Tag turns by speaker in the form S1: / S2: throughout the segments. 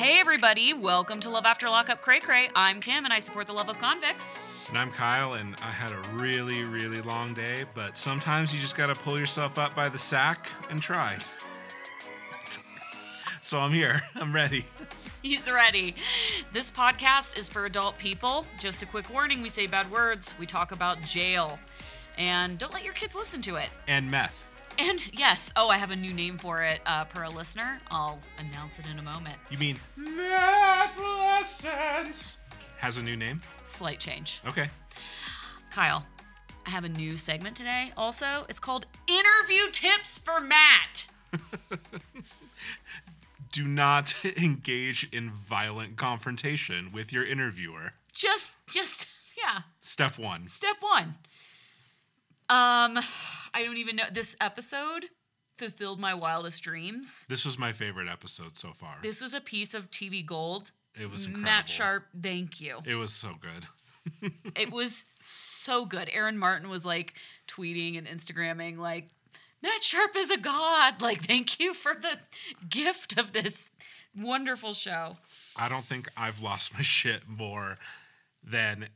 S1: everybody. Welcome to Love After Lockup Cray Cray. I'm Kim and I support the love of convicts.
S2: And I'm Kyle, and I had a really, really long day, but sometimes you just gotta pull yourself up by the sack and try. so I'm here, I'm ready.
S1: He's ready. This podcast is for adult people. Just a quick warning we say bad words, we talk about jail, and don't let your kids listen to it.
S2: And meth.
S1: And yes, oh, I have a new name for it uh, per a listener. I'll announce it in a moment.
S2: You mean meth lessons? Has a new name?
S1: Slight change.
S2: Okay.
S1: Kyle, I have a new segment today also. It's called Interview Tips for Matt.
S2: Do not engage in violent confrontation with your interviewer.
S1: Just, just, yeah.
S2: Step one.
S1: Step one. Um, I don't even know. This episode fulfilled my wildest dreams.
S2: This was my favorite episode so far.
S1: This is a piece of TV gold.
S2: it was incredible.
S1: Matt Sharp, thank you.
S2: It was so good.
S1: It was so good. Aaron Martin was like tweeting and Instagramming, like, Matt Sharp is a god. Like, thank you for the gift of this wonderful show.
S2: I don't think I've lost my shit more than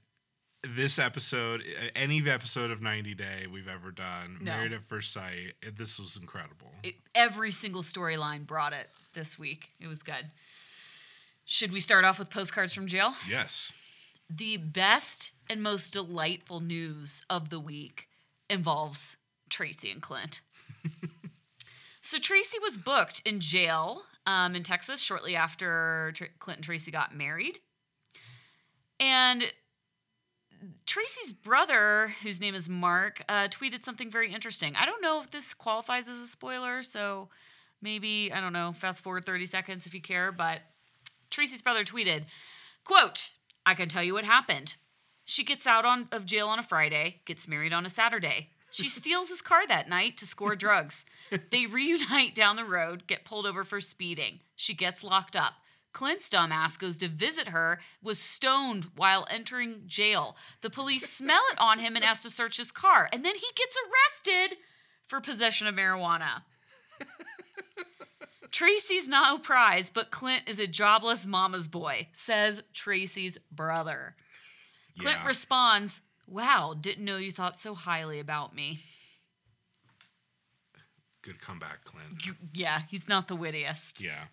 S2: this episode, any episode of 90 Day we've ever done.
S1: No.
S2: Married at First Sight. It- This was incredible.
S1: It, every single storyline brought it this week. It was good. Should we start off with postcards from jail?
S2: yes.
S1: the best and most delightful news of the week involves Tracy and Clint. so Tracy was booked in jail um, in Texas shortly after Tr- Clint and Tracy got married, and Tracy's brother, whose name is Mark, uh, tweeted something very interesting. I don't know if this qualifies as a spoiler, so maybe I don't know. Fast forward thirty seconds if you care, but Tracy's brother tweeted, quote, I can tell you what happened. She gets out on, of jail on a Friday, gets married on a Saturday. She steals his car that night to score drugs. They reunite down the road, get pulled over for speeding. She gets locked up. Clint's dumbass goes to visit her, was stoned while entering jail. The police smell it on him and ask to search his car. And then he gets arrested for possession of marijuana. Tracy's no prize, but Clint is a jobless mama's boy, says Tracy's brother. Clint
S2: Yeah.
S1: responds, Wow, didn't know you thought so highly about me.
S2: Good comeback, Clint.
S1: Yeah, he's not the wittiest.
S2: Yeah.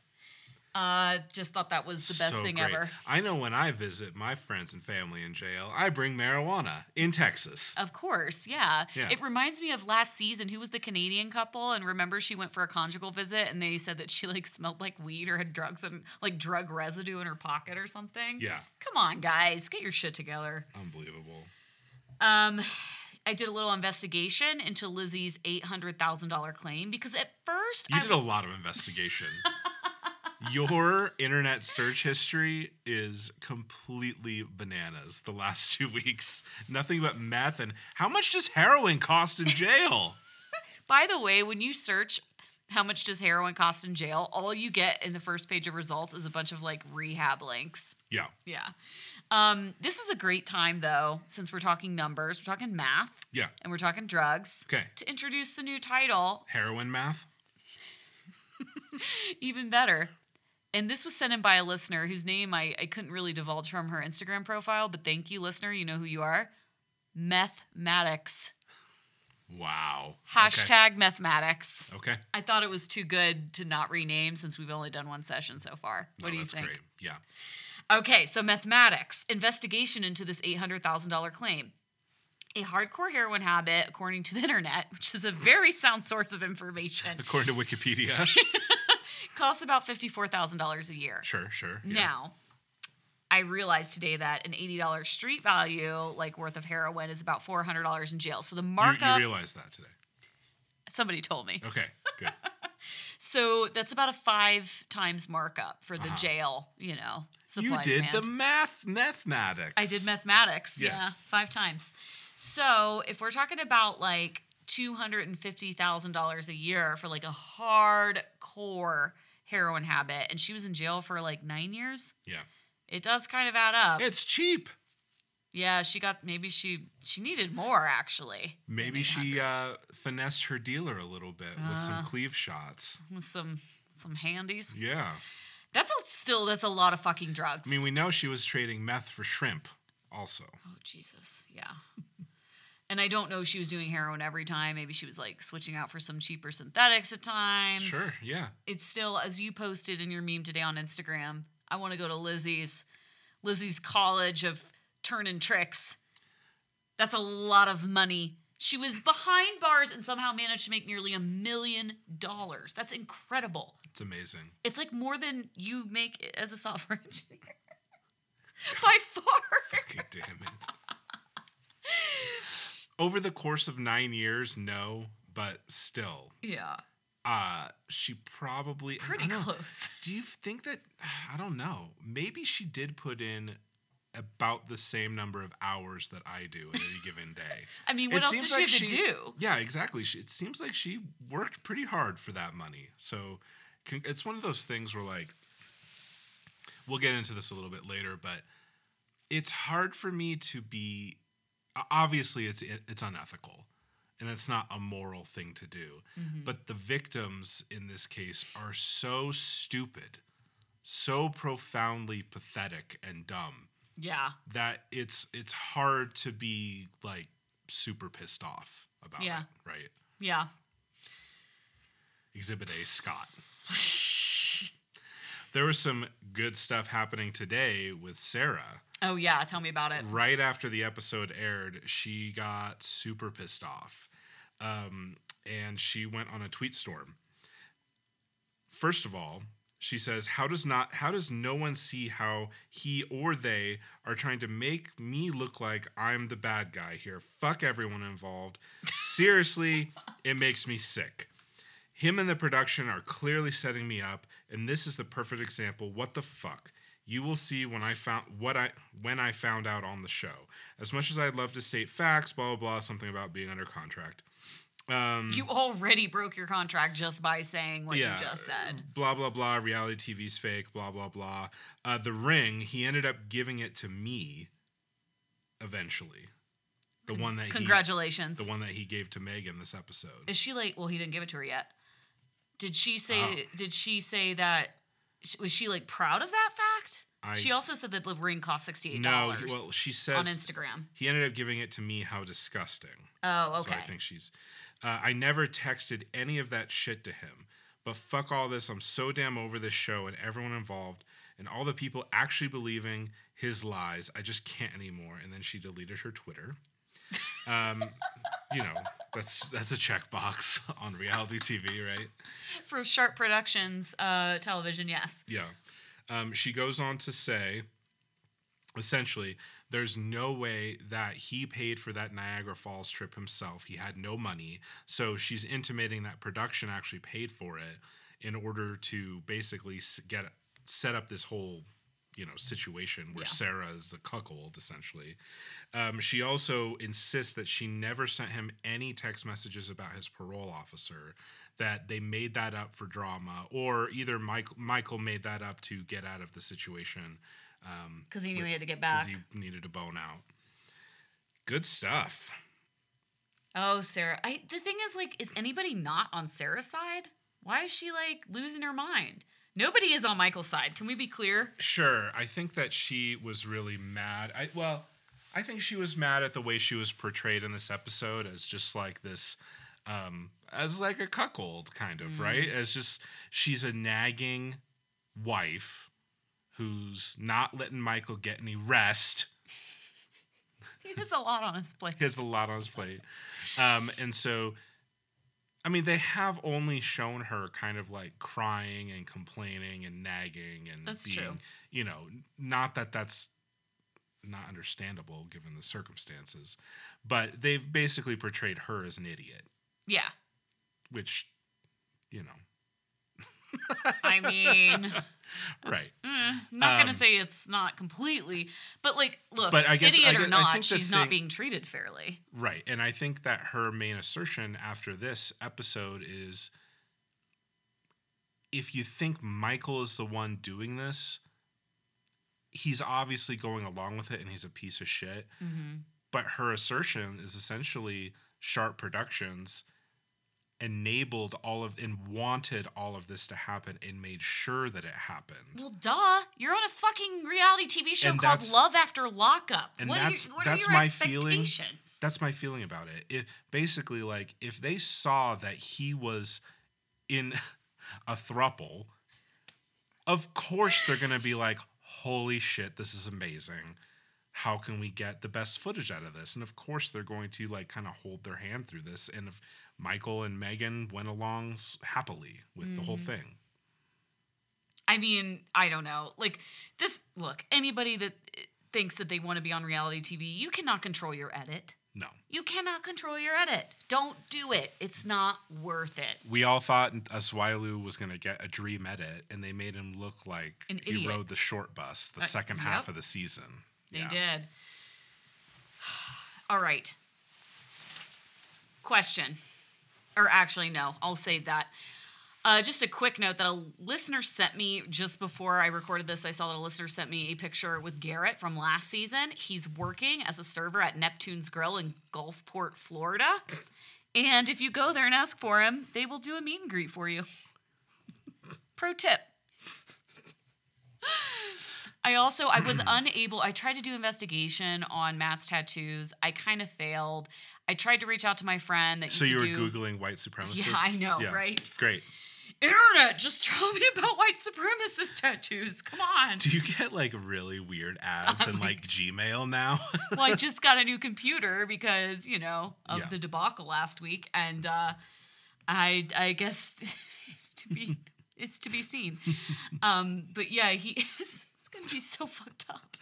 S1: Uh, just thought that was the best
S2: So
S1: thing
S2: great.
S1: ever.
S2: I know when I visit my friends and family in jail, I bring marijuana in Texas.
S1: Of course, yeah.
S2: Yeah.
S1: It reminds me of last season. Who was the Canadian couple? And remember, she went for a conjugal visit, and they said that she like smelled like weed or had drugs and like drug residue in her pocket or something.
S2: Yeah.
S1: Come on, guys, get your shit together.
S2: Unbelievable.
S1: Um, I did a little investigation into Lizzie's eight hundred thousand dollar claim because at first
S2: You
S1: I
S2: did a lot of investigation. Your internet search history is completely bananas the last two weeks. Nothing but meth and how much does heroin cost in jail?
S1: By the way, when you search how much does heroin cost in jail, all you get in the first page of results is a bunch of like rehab links.
S2: yeah.
S1: Yeah. Um, this is a great time though, since we're talking numbers, we're talking math,
S2: Yeah.
S1: and we're talking drugs.
S2: Okay.
S1: To introduce the new title,
S2: Heroin math?
S1: even better. And this was sent in by a listener whose name I, I couldn't really divulge from her Instagram profile, but thank you, listener. You know who you are. Mathematics.
S2: Wow.
S1: Hashtag Mathematics.
S2: Okay. okay.
S1: I thought it was too good to not rename since we've only done one session so far. What
S2: No,
S1: do you
S2: Oh, that's
S1: think?
S2: great. Yeah.
S1: Okay, so mathematics investigation into this $800,000 claim. A hardcore heroin habit, according to the internet, which is a very sound source of information,
S2: According to Wikipedia.
S1: costs about $54,000 a year.
S2: sure, sure. Yeah.
S1: Now, I realized today that an $80 street value, like worth of heroin, is about $400 in jail. So the
S2: You- Oh.
S1: markup,
S2: you realize that today.
S1: somebody told me.
S2: Okay. Good.
S1: So that's about a five times markup for the
S2: Uh-huh.
S1: jail, you know, supply
S2: you did
S1: and
S2: the
S1: demand.
S2: math mathematics.
S1: I did mathematics. Yeah,
S2: Yes.
S1: five times. So if we're talking about like $250,000 a year for like a hardcore heroin habit, and she was in jail for like nine years,
S2: Yeah.
S1: it does kind of add up.
S2: It's cheap.
S1: Yeah, she got maybe she she needed more actually.
S2: Maybe she uh, finessed
S1: Ah.
S2: her dealer a little bit with some cleave shots.
S1: With some some handies.
S2: Yeah.
S1: That's a, still that's a lot of fucking drugs.
S2: I mean, we know she was trading meth for shrimp also.
S1: oh Jesus, yeah. and I don't know if she was doing heroin every time. Maybe she was like switching out for some cheaper synthetics at times.
S2: Sure, yeah.
S1: It's still as you posted in your meme today on Instagram. I want to go to Lizzie's, Lizzie's college of turning tricks. That's a lot of money. She was behind bars and somehow managed to make nearly a million dollars. That's incredible.
S2: It's amazing.
S1: It's like more than you make as a software engineer. By far.
S2: God damn it. Over the course of nine years, no, but still,
S1: Yeah.
S2: uh, she probably I
S1: Pretty
S2: don't know.
S1: close.
S2: Do you think that I don't know? Maybe she did put in about the same number of hours that I do in any given day.
S1: I mean,
S2: It
S1: what else
S2: seems
S1: does she
S2: like
S1: have to
S2: she-
S1: do?
S2: Yeah, exactly. She, it seems like she worked pretty hard for that money. So con- it's one of those things where, like, we'll get into this a little bit later, but it's hard for me to be. o- Obviously, it's it's unethical, and it's not a moral thing to do.
S1: Mm-hmm.
S2: But the victims in this case are so stupid, so profoundly pathetic and dumb
S1: Yeah.
S2: that it's it's hard to be like super pissed off about
S1: Yeah.
S2: it, right?
S1: Yeah.
S2: Exhibit A, Scott. there was some good stuff happening today with Sarah.
S1: Oh, yeah. Tell me about it.
S2: Right after the episode aired, she got super pissed off, um, and she went on a tweet storm. First of all, she says, "How does not? How does no one see how he or they are trying to make me look like I'm the bad guy here? Fuck everyone involved. Seriously, it makes me sick." Him and the production are clearly setting me up, and this is the perfect example. What the fuck? You will see when I found what I when I found out on the show. As much as I'd love to state facts, blah blah blah, something about being under contract.
S1: You already broke your contract just by saying what you just said.
S2: Blah blah blah. Reality TV's fake. Blah blah blah. Uh, the ring. He ended up giving it to me. Eventually, the one that
S1: Congratulations.
S2: he, the one that he gave to Megan this episode.
S1: Is she like? Well, he didn't give it to her yet. Did she say?
S2: Uh-huh.
S1: Did she say that? Was she like proud of that fact?
S2: I-
S1: she also said that the ring cost sixty eight
S2: No,
S1: dollars
S2: well she
S1: on
S2: says
S1: Instagram.
S2: he ended up giving it to me. How disgusting.
S1: Oh,
S2: So
S1: okay.
S2: I think she's. Uh, I never texted any of that shit to him. But fuck all this. I'm so damn over this show and everyone involved and all the people actually believing his lies. I just can't anymore. And then she deleted her Twitter. Um, you know, that's that's a checkbox on reality TV, right?
S1: For Sharp Productions uh, television, yes.
S2: Yeah. Um, she goes on to say essentially, there's no way that he paid for that Niagara Falls trip himself. He had no money. So she's intimating that production actually paid for it in order to basically s- get set up this whole you know situation where
S1: Yeah.
S2: Sarah is a cuckold essentially. Um, she also insists that she never sent him any text messages about his parole officer. That they made that up for drama, or either Michael Michael made that up to get out of the situation
S1: Because he knew he had to get
S2: because
S1: back.
S2: he needed a bone out. Good stuff.
S1: oh, Sarah. I, the thing is, like, is anybody not on Sarah's side? Why is she like losing her mind? Nobody is on Michael's side. Can we be clear?
S2: Sure, I think that she was really mad. I well, I think she was mad at the way she was portrayed in this episode as just like this um as like a cuckold kind of, right? As just she's a nagging wife who's not letting Michael get any rest.
S1: He has a lot on his plate.
S2: He has a lot on his plate. Um, and so, I mean, they have only shown her kind of like crying and complaining and nagging and
S1: That's
S2: being,
S1: true.
S2: you know, not that that's not understandable given the circumstances, but they've basically portrayed her as an idiot,
S1: Yeah.
S2: which, you know,
S1: I mean. Oh. mm,
S2: right.
S1: not gonna say it's not completely, but like, look,
S2: Um, But I guess-
S1: idiot
S2: I guess-
S1: or
S2: I
S1: not,
S2: think the
S1: she's not
S2: thing-
S1: being treated fairly.
S2: Right. And I think that her main assertion after this episode is if you think Michael is the one doing this, he's obviously going along with it and he's a piece of shit. But her assertion is essentially Sharp Productions enabled all of and wanted all of this to happen and made sure that it happened.
S1: Well, duh. You're on a fucking reality TV show
S2: And
S1: called
S2: that's-
S1: Love After Lockup.
S2: and
S1: what
S2: that's-
S1: are your, what
S2: that's
S1: are your
S2: my feeling.
S1: expectations?
S2: That's my feeling about it. It basically like if they saw that he was in a thruple, of course they're gonna be like, "Holy shit, this is amazing! How can we get the best footage out of this?" And of course they're going to like kind of hold their hand through this. And if Michael and Megan went along s- happily with the whole thing.
S1: I mean, I don't know. Like this. Look, anybody that eh, thinks that they want to be on reality TV, you cannot control your edit.
S2: No,
S1: You cannot control your edit. Don't do it. It's not worth it.
S2: we all thought Aswailu was going to get a dream edit, and they made him look like
S1: An
S2: he
S1: idiot. Uh,
S2: rode the short bus the second half
S1: yep.
S2: of the season.
S1: They
S2: Yeah.
S1: did. All right. Question. Or actually, no, I'll save that. Uh, just a quick note that a listener sent me just before I recorded this. I saw that a listener sent me a picture with Garrett from last season. He's working as a server at Neptune's Grill in Gulfport, Florida. And if you go there and ask for him, they will do a meet and greet for you. Pro tip. I also I was unable. I tried to do investigation on Matt's tattoos. I kind of failed. I tried to reach out to my friend that
S2: So you
S1: used
S2: were
S1: to do
S2: googling white supremacists.
S1: Yeah, I know, right?
S2: Great.
S1: internet. Just tell me about white supremacist tattoos. Come on.
S2: Do you get like really weird ads in like Gmail now?
S1: well, I just got a new computer because you know of
S2: Yeah.
S1: the debacle last week, and uh, I I guess it's to be it's to be seen. Um, but yeah, he is. It's gonna be so fucked up.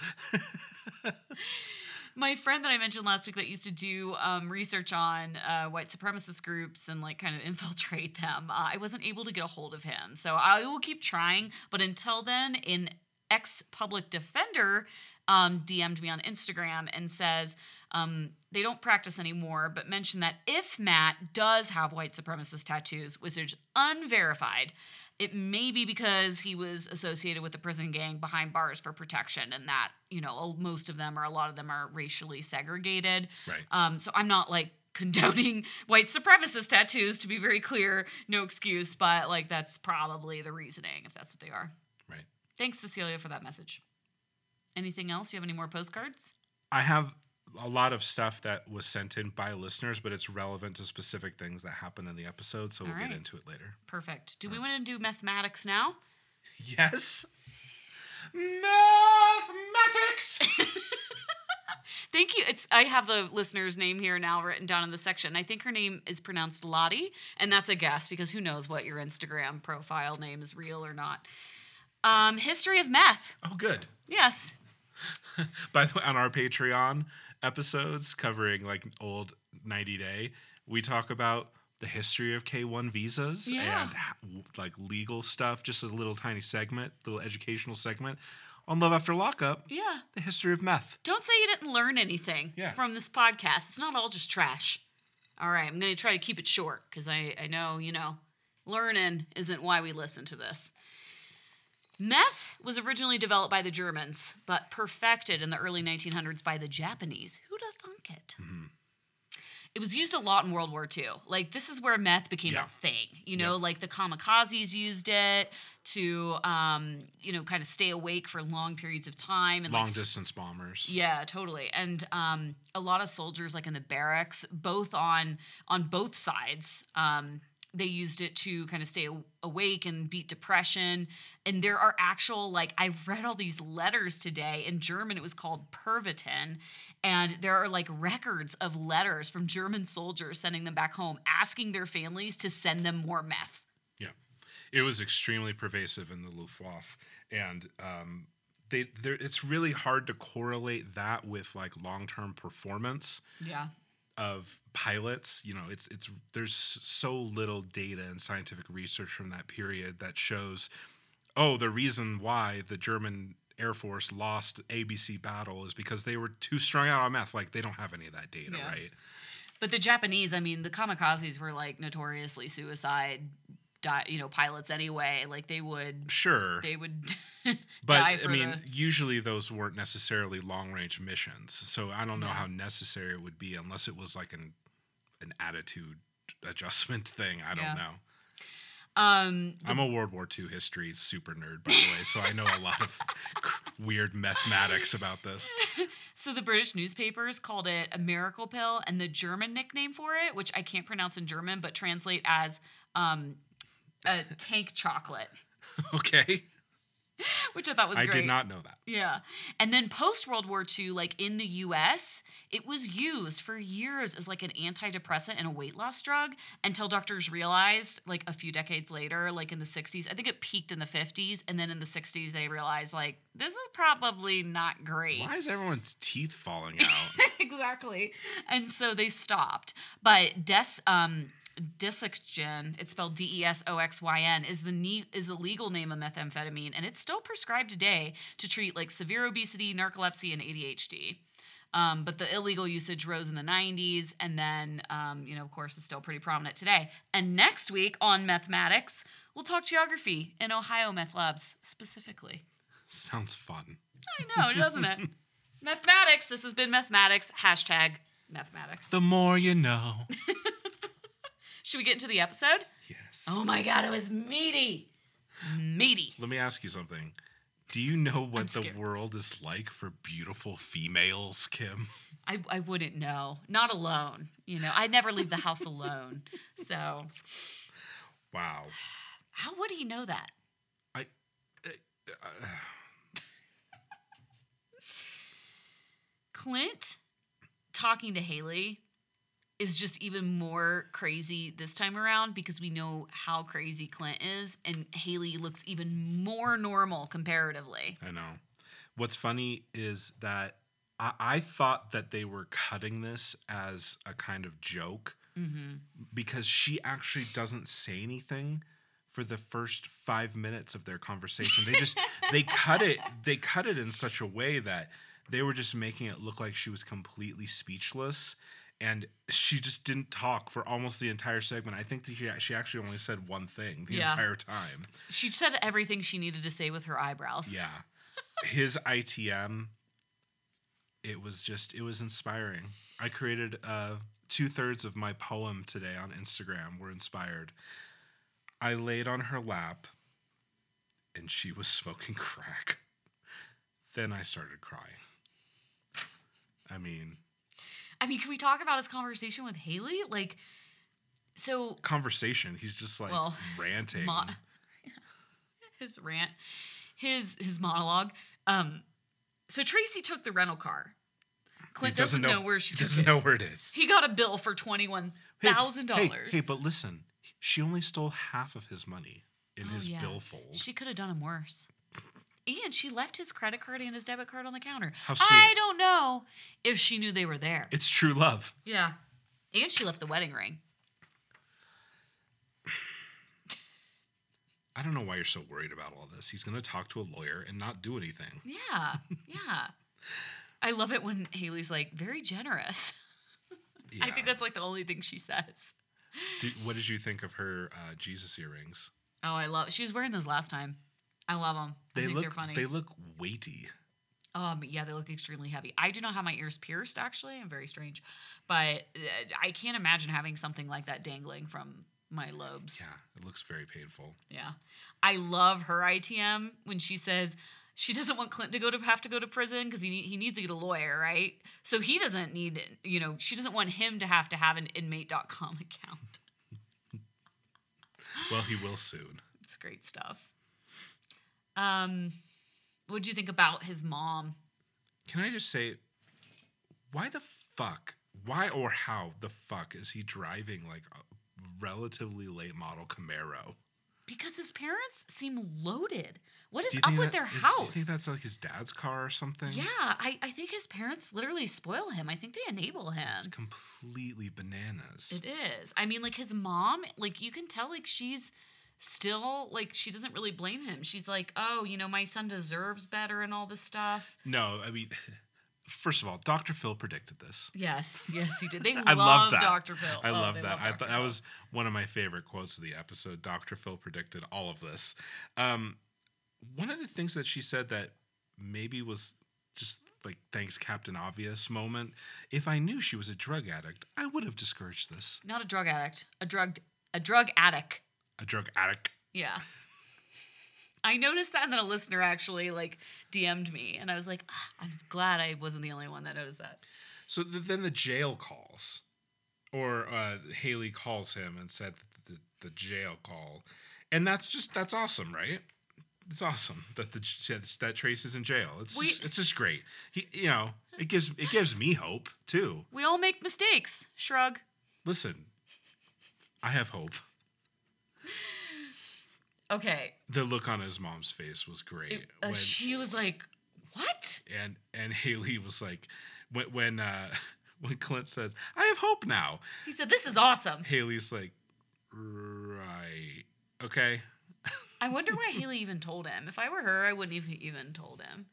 S1: My friend that I mentioned last week that used to do um, research on uh, white supremacist groups and like kind of infiltrate them, uh, I wasn't able to get a hold of him. So I will keep trying, but until then, in ex public defender um, DM'd me on Instagram and says um, they don't practice anymore, but mentioned that if Matt does have white supremacist tattoos, which is unverified, it may be because he was associated with the prison gang behind bars for protection, and that you know a- most of them or a lot of them are racially segregated.
S2: Right.
S1: Um, so I'm not like condoning white supremacist tattoos to be very clear, no excuse, but like that's probably the reasoning if that's what they are.
S2: right.
S1: Thanks, Cecilia, for that message. Anything else? You have any more postcards?
S2: I have a lot of stuff that was sent in by listeners, but it's relevant to specific things that happened in the episode, so we'll
S1: right.
S2: get into it later.
S1: Perfect. Do we want to do mathematics now?
S2: Yes. Mathematics.
S1: Thank you. It's I have the listener's name here now written down in the section. I think her name is pronounced Lottie, and that's a guess because who knows what your Instagram profile name is real or not. Um, history of meth.
S2: oh, good.
S1: Yes.
S2: By the way, on our Patreon episodes covering like old 90 Day, we talk about the history of K1 visas
S1: Yeah.
S2: and ho- like legal stuff, just a little tiny segment, little educational segment on Love After Lockup,
S1: Yeah.
S2: the history of meth.
S1: Don't say you didn't learn anything
S2: Yeah.
S1: from this podcast. It's not all just trash. All right, I'm going to try to keep it short because I, I know, you know, learning isn't why we listen to this. Meth was originally developed by the Germans, but perfected in the early 1900s by the Japanese. Who'd have thunk it?
S2: Mm-hmm.
S1: It was used a lot in World War II. Like, this is where meth became
S2: Yeah.
S1: a thing. You know, like the kamikazes used it to, um, you know, kind of stay awake for long periods of time. And
S2: Long
S1: like,
S2: distance bombers.
S1: yeah, totally. And um, a lot of soldiers, like in the barracks, both on on both sides, um, they used it to kind of stay a- awake and beat depression. And there are actual like I read all these letters today in German. It was called Pervitin, and there are like records of letters from German soldiers sending them back home, asking their families to send them more meth.
S2: Yeah, it was extremely pervasive in the Luftwaffe, and um, they there. It's really hard to correlate that with like long term performance
S1: Yeah.
S2: of pilots. You know, it's it's there's so little data and scientific research from that period that shows, oh, the reason why the German Air Force lost ABC battle is because they were too strung out on meth. Like they don't have any of that data,
S1: Yeah.
S2: right?
S1: But the Japanese, I mean, the kamikazes were like notoriously suicide, di- you know, pilots anyway. Like they would,
S2: Sure.
S1: they would
S2: But
S1: die for
S2: I mean,
S1: the.
S2: usually those weren't necessarily long range missions, so I don't know how necessary it would be unless it was like an an attitude adjustment thing. I don't
S1: Yeah.
S2: know.
S1: Um,
S2: I'm a World War II history super nerd, by the way, so I know a lot of cr- weird mathematics about this.
S1: so the British newspapers called it a miracle pill, and the German nickname for it, which I can't pronounce in German, but translate as um, a tank chocolate,
S2: Okay,
S1: which I thought was
S2: I
S1: great.
S2: did not know that.
S1: Yeah. And then post World War II, like in the US, it was used for years as like an antidepressant and a weight loss drug until doctors realized, like a few decades later, like in the 60s, I think it peaked in the 50s. And then in the 60s, they realized, like, this is probably not great.
S2: Why is everyone's teeth falling out?
S1: exactly. And so they stopped. But des um desoxyn, it's spelled D E S O X Y N, is the ne- is the legal name of methamphetamine, and it's still prescribed today to treat like severe obesity, narcolepsy, and ADHD. Um, but the illegal usage rose in the 90s, and then, um, you know, of course, is still pretty prominent today. And next week on Mathematics, we'll talk geography and Ohio meth labs specifically.
S2: Sounds fun.
S1: I know, doesn't it? mathematics. This has been mathematics. Hashtag mathematics.
S2: The more you know.
S1: Should we get into the episode?
S2: Yes.
S1: Oh my god, it was meaty. Meaty.
S2: Let me ask you something. Do you know what the
S1: scared.
S2: world is like for beautiful females, Kim?
S1: I, I wouldn't know. Not alone. You know, I never leave the house alone. So
S2: Wow.
S1: how would he know that?
S2: I. uh,
S1: Clint talking to Haley is just even more crazy this time around because we know how crazy Clint is, and Haley looks even more normal comparatively.
S2: I know. What's funny is that I, I thought that they were cutting this as a kind of joke because she actually doesn't say anything for the first five minutes of their conversation. They just they cut it they cut it in such a way that they were just making it look like she was completely speechless. And she just didn't talk for almost the entire segment. I think that she, she actually only said one thing the
S1: Yeah.
S2: entire time.
S1: She said everything she needed to say with her eyebrows.
S2: Yeah. His ITM, it was just, it was inspiring. I created uh, two thirds of my poem today on Instagram were inspired. I laid on her lap and she was smoking crack. Then I started crying. I mean,
S1: I mean, can we talk about his conversation with Haley? Like, so
S2: conversation. He's just like
S1: Well,
S2: ranting.
S1: mo- his rant, his his monologue. Um, so Tracy took the rental car. Clint doesn't, know, where she
S2: he
S1: took
S2: doesn't
S1: it.
S2: know where it is.
S1: He got a bill for twenty one
S2: Hey,
S1: thousand
S2: hey,
S1: dollars.
S2: Hey, but listen, she only stole half of his money in his
S1: Oh, yeah.
S2: billfold.
S1: she could have done him worse. And she left his credit card and his debit card on the counter.
S2: How sweet.
S1: I don't know if she knew they were there.
S2: it's true love.
S1: Yeah. And she left the wedding ring.
S2: I don't know why you're so worried about all this. He's going to talk to a lawyer and not do anything.
S1: Yeah. Yeah. I love it when Haley's like, very generous. I
S2: Yeah.
S1: think that's like the only thing she says.
S2: Did- what did you think of her uh, Jesus earrings?
S1: Oh, I love. She was wearing those last time. I love them. I
S2: They
S1: think they're
S2: look
S1: funny.
S2: they look weighty.
S1: um, yeah, they look extremely heavy. I do not have my ears pierced. Actually, I'm very strange, but uh, I can't imagine having something like that dangling from my lobes.
S2: Yeah, it looks very painful.
S1: Yeah. I love her ITM when she says she doesn't want Clint to go to have to go to prison because he, need- he needs to get a lawyer, right? So he doesn't need, you know, she doesn't want him to have to have an inmate.com account.
S2: Well, he will soon.
S1: It's great stuff. Um, what do you think about his mom?
S2: Can I just say why the fuck? Why or how the fuck is he driving like a relatively late model Camaro?
S1: Because his parents seem loaded. What
S2: Do
S1: is
S2: you
S1: up
S2: think
S1: with
S2: that-
S1: their
S2: is- Do you
S1: house?
S2: think that's like his dad's car or something?
S1: yeah, I, I think his parents literally spoil him. I think they enable him.
S2: It's completely bananas.
S1: It is. I mean, like his mom, like you can tell, like she's still like she doesn't really blame him. She's like, oh, you know, my son deserves better and all this stuff.
S2: No, I mean, first of all, Dr. Phil predicted this.
S1: Yes, yes, he did. They
S2: I
S1: love,
S2: love that.
S1: Dr. Phil.
S2: I
S1: Oh,
S2: love
S1: they
S2: that. I
S1: Dr.
S2: thought that was one of my favorite quotes of the episode. Dr. Phil predicted all of this. Um, one of the things that she said that maybe was just like thanks Captain Obvious moment. If I knew she was a drug addict, I would have discouraged this.
S1: Not a drug addict, a drugged, a drug addict.
S2: A drug addict.
S1: Yeah. I noticed that, and then a listener actually like DM'd me, and I was like, "Ah, I'm s- glad I wasn't the only one that noticed that.
S2: So th- then the jail calls, or uh, Haley calls him and said the, the, the jail call, and that's just that's awesome, right? It's awesome that the j- that Trace is in jail. It's
S1: We-
S2: just, it's just great. He, you know, it gives it gives me hope too.
S1: We all make mistakes. Shrug.
S2: Listen, I have hope.
S1: Okay.
S2: The look on his mom's face was great.
S1: Uh,
S2: when-
S1: she was like, "What?"
S2: and and Haley was like, when when uh, when Clint says, "I have hope now,"
S1: He said, "This is awesome."
S2: Haley's like, right, okay.
S1: I wonder why Haley even told him. If I were her, I wouldn't even even told him.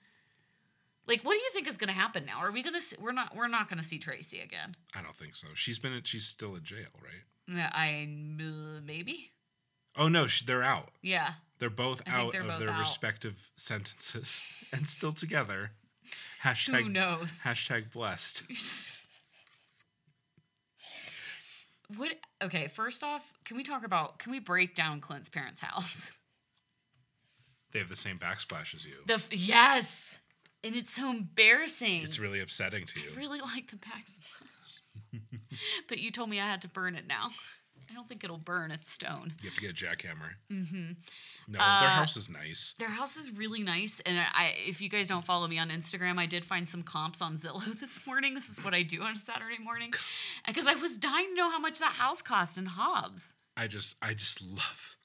S1: Like, what do you think is going to happen now? Are we going to see, we're not we're not going to see Tracy again?
S2: I don't think so. She's been she's still in jail, right?
S1: Yeah, I uh, maybe.
S2: Oh no, she, they're out.
S1: Yeah.
S2: They're both
S1: I think
S2: out
S1: they're
S2: of
S1: both
S2: their
S1: out.
S2: respective sentences and still together.
S1: Who
S2: Hashtag
S1: knows?
S2: hashtag blessed.
S1: what okay, first off, can we talk about can we break down Clint's parents' house?
S2: They have the same backsplash as you.
S1: The f- yes. And it's so embarrassing.
S2: It's really upsetting to you.
S1: I really like the backsplash. but you told me I had to burn it now. I don't think it'll burn, it's stone.
S2: You have to get a jackhammer. Mm-hmm. No,
S1: Uh,
S2: their house is nice.
S1: Their house is really nice, and I if you guys don't follow me on Instagram, I did find some comps on Zillow this morning. This is what I do on a Saturday morning, because I was dying to know how much that house cost in Hobbs.
S2: I just I just love.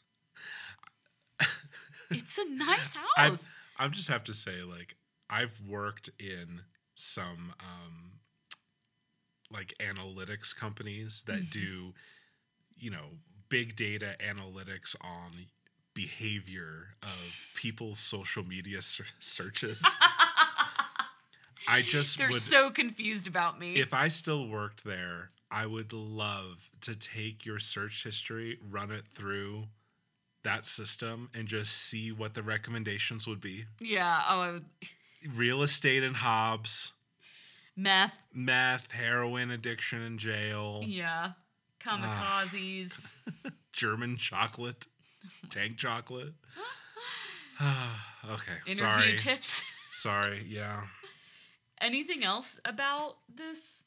S1: It's a nice
S2: I
S1: house.
S2: I just have to say like I've worked in some um like analytics companies that
S1: Mm-hmm.
S2: do you know big data analytics on behavior of people's social media ser- searches. I just
S1: They're
S2: would
S1: so confused about me.
S2: if I still worked there, I would love to take your search history, run it through that system, and just see what the recommendations would be.
S1: yeah. Oh, I was,
S2: Real estate and Hobbs,
S1: meth.
S2: meth, heroin addiction in jail,
S1: Yeah. Kamikazes.
S2: German chocolate, tank chocolate. okay,
S1: interview
S2: Ah, sorry.
S1: tips.
S2: sorry, yeah.
S1: Anything else about this?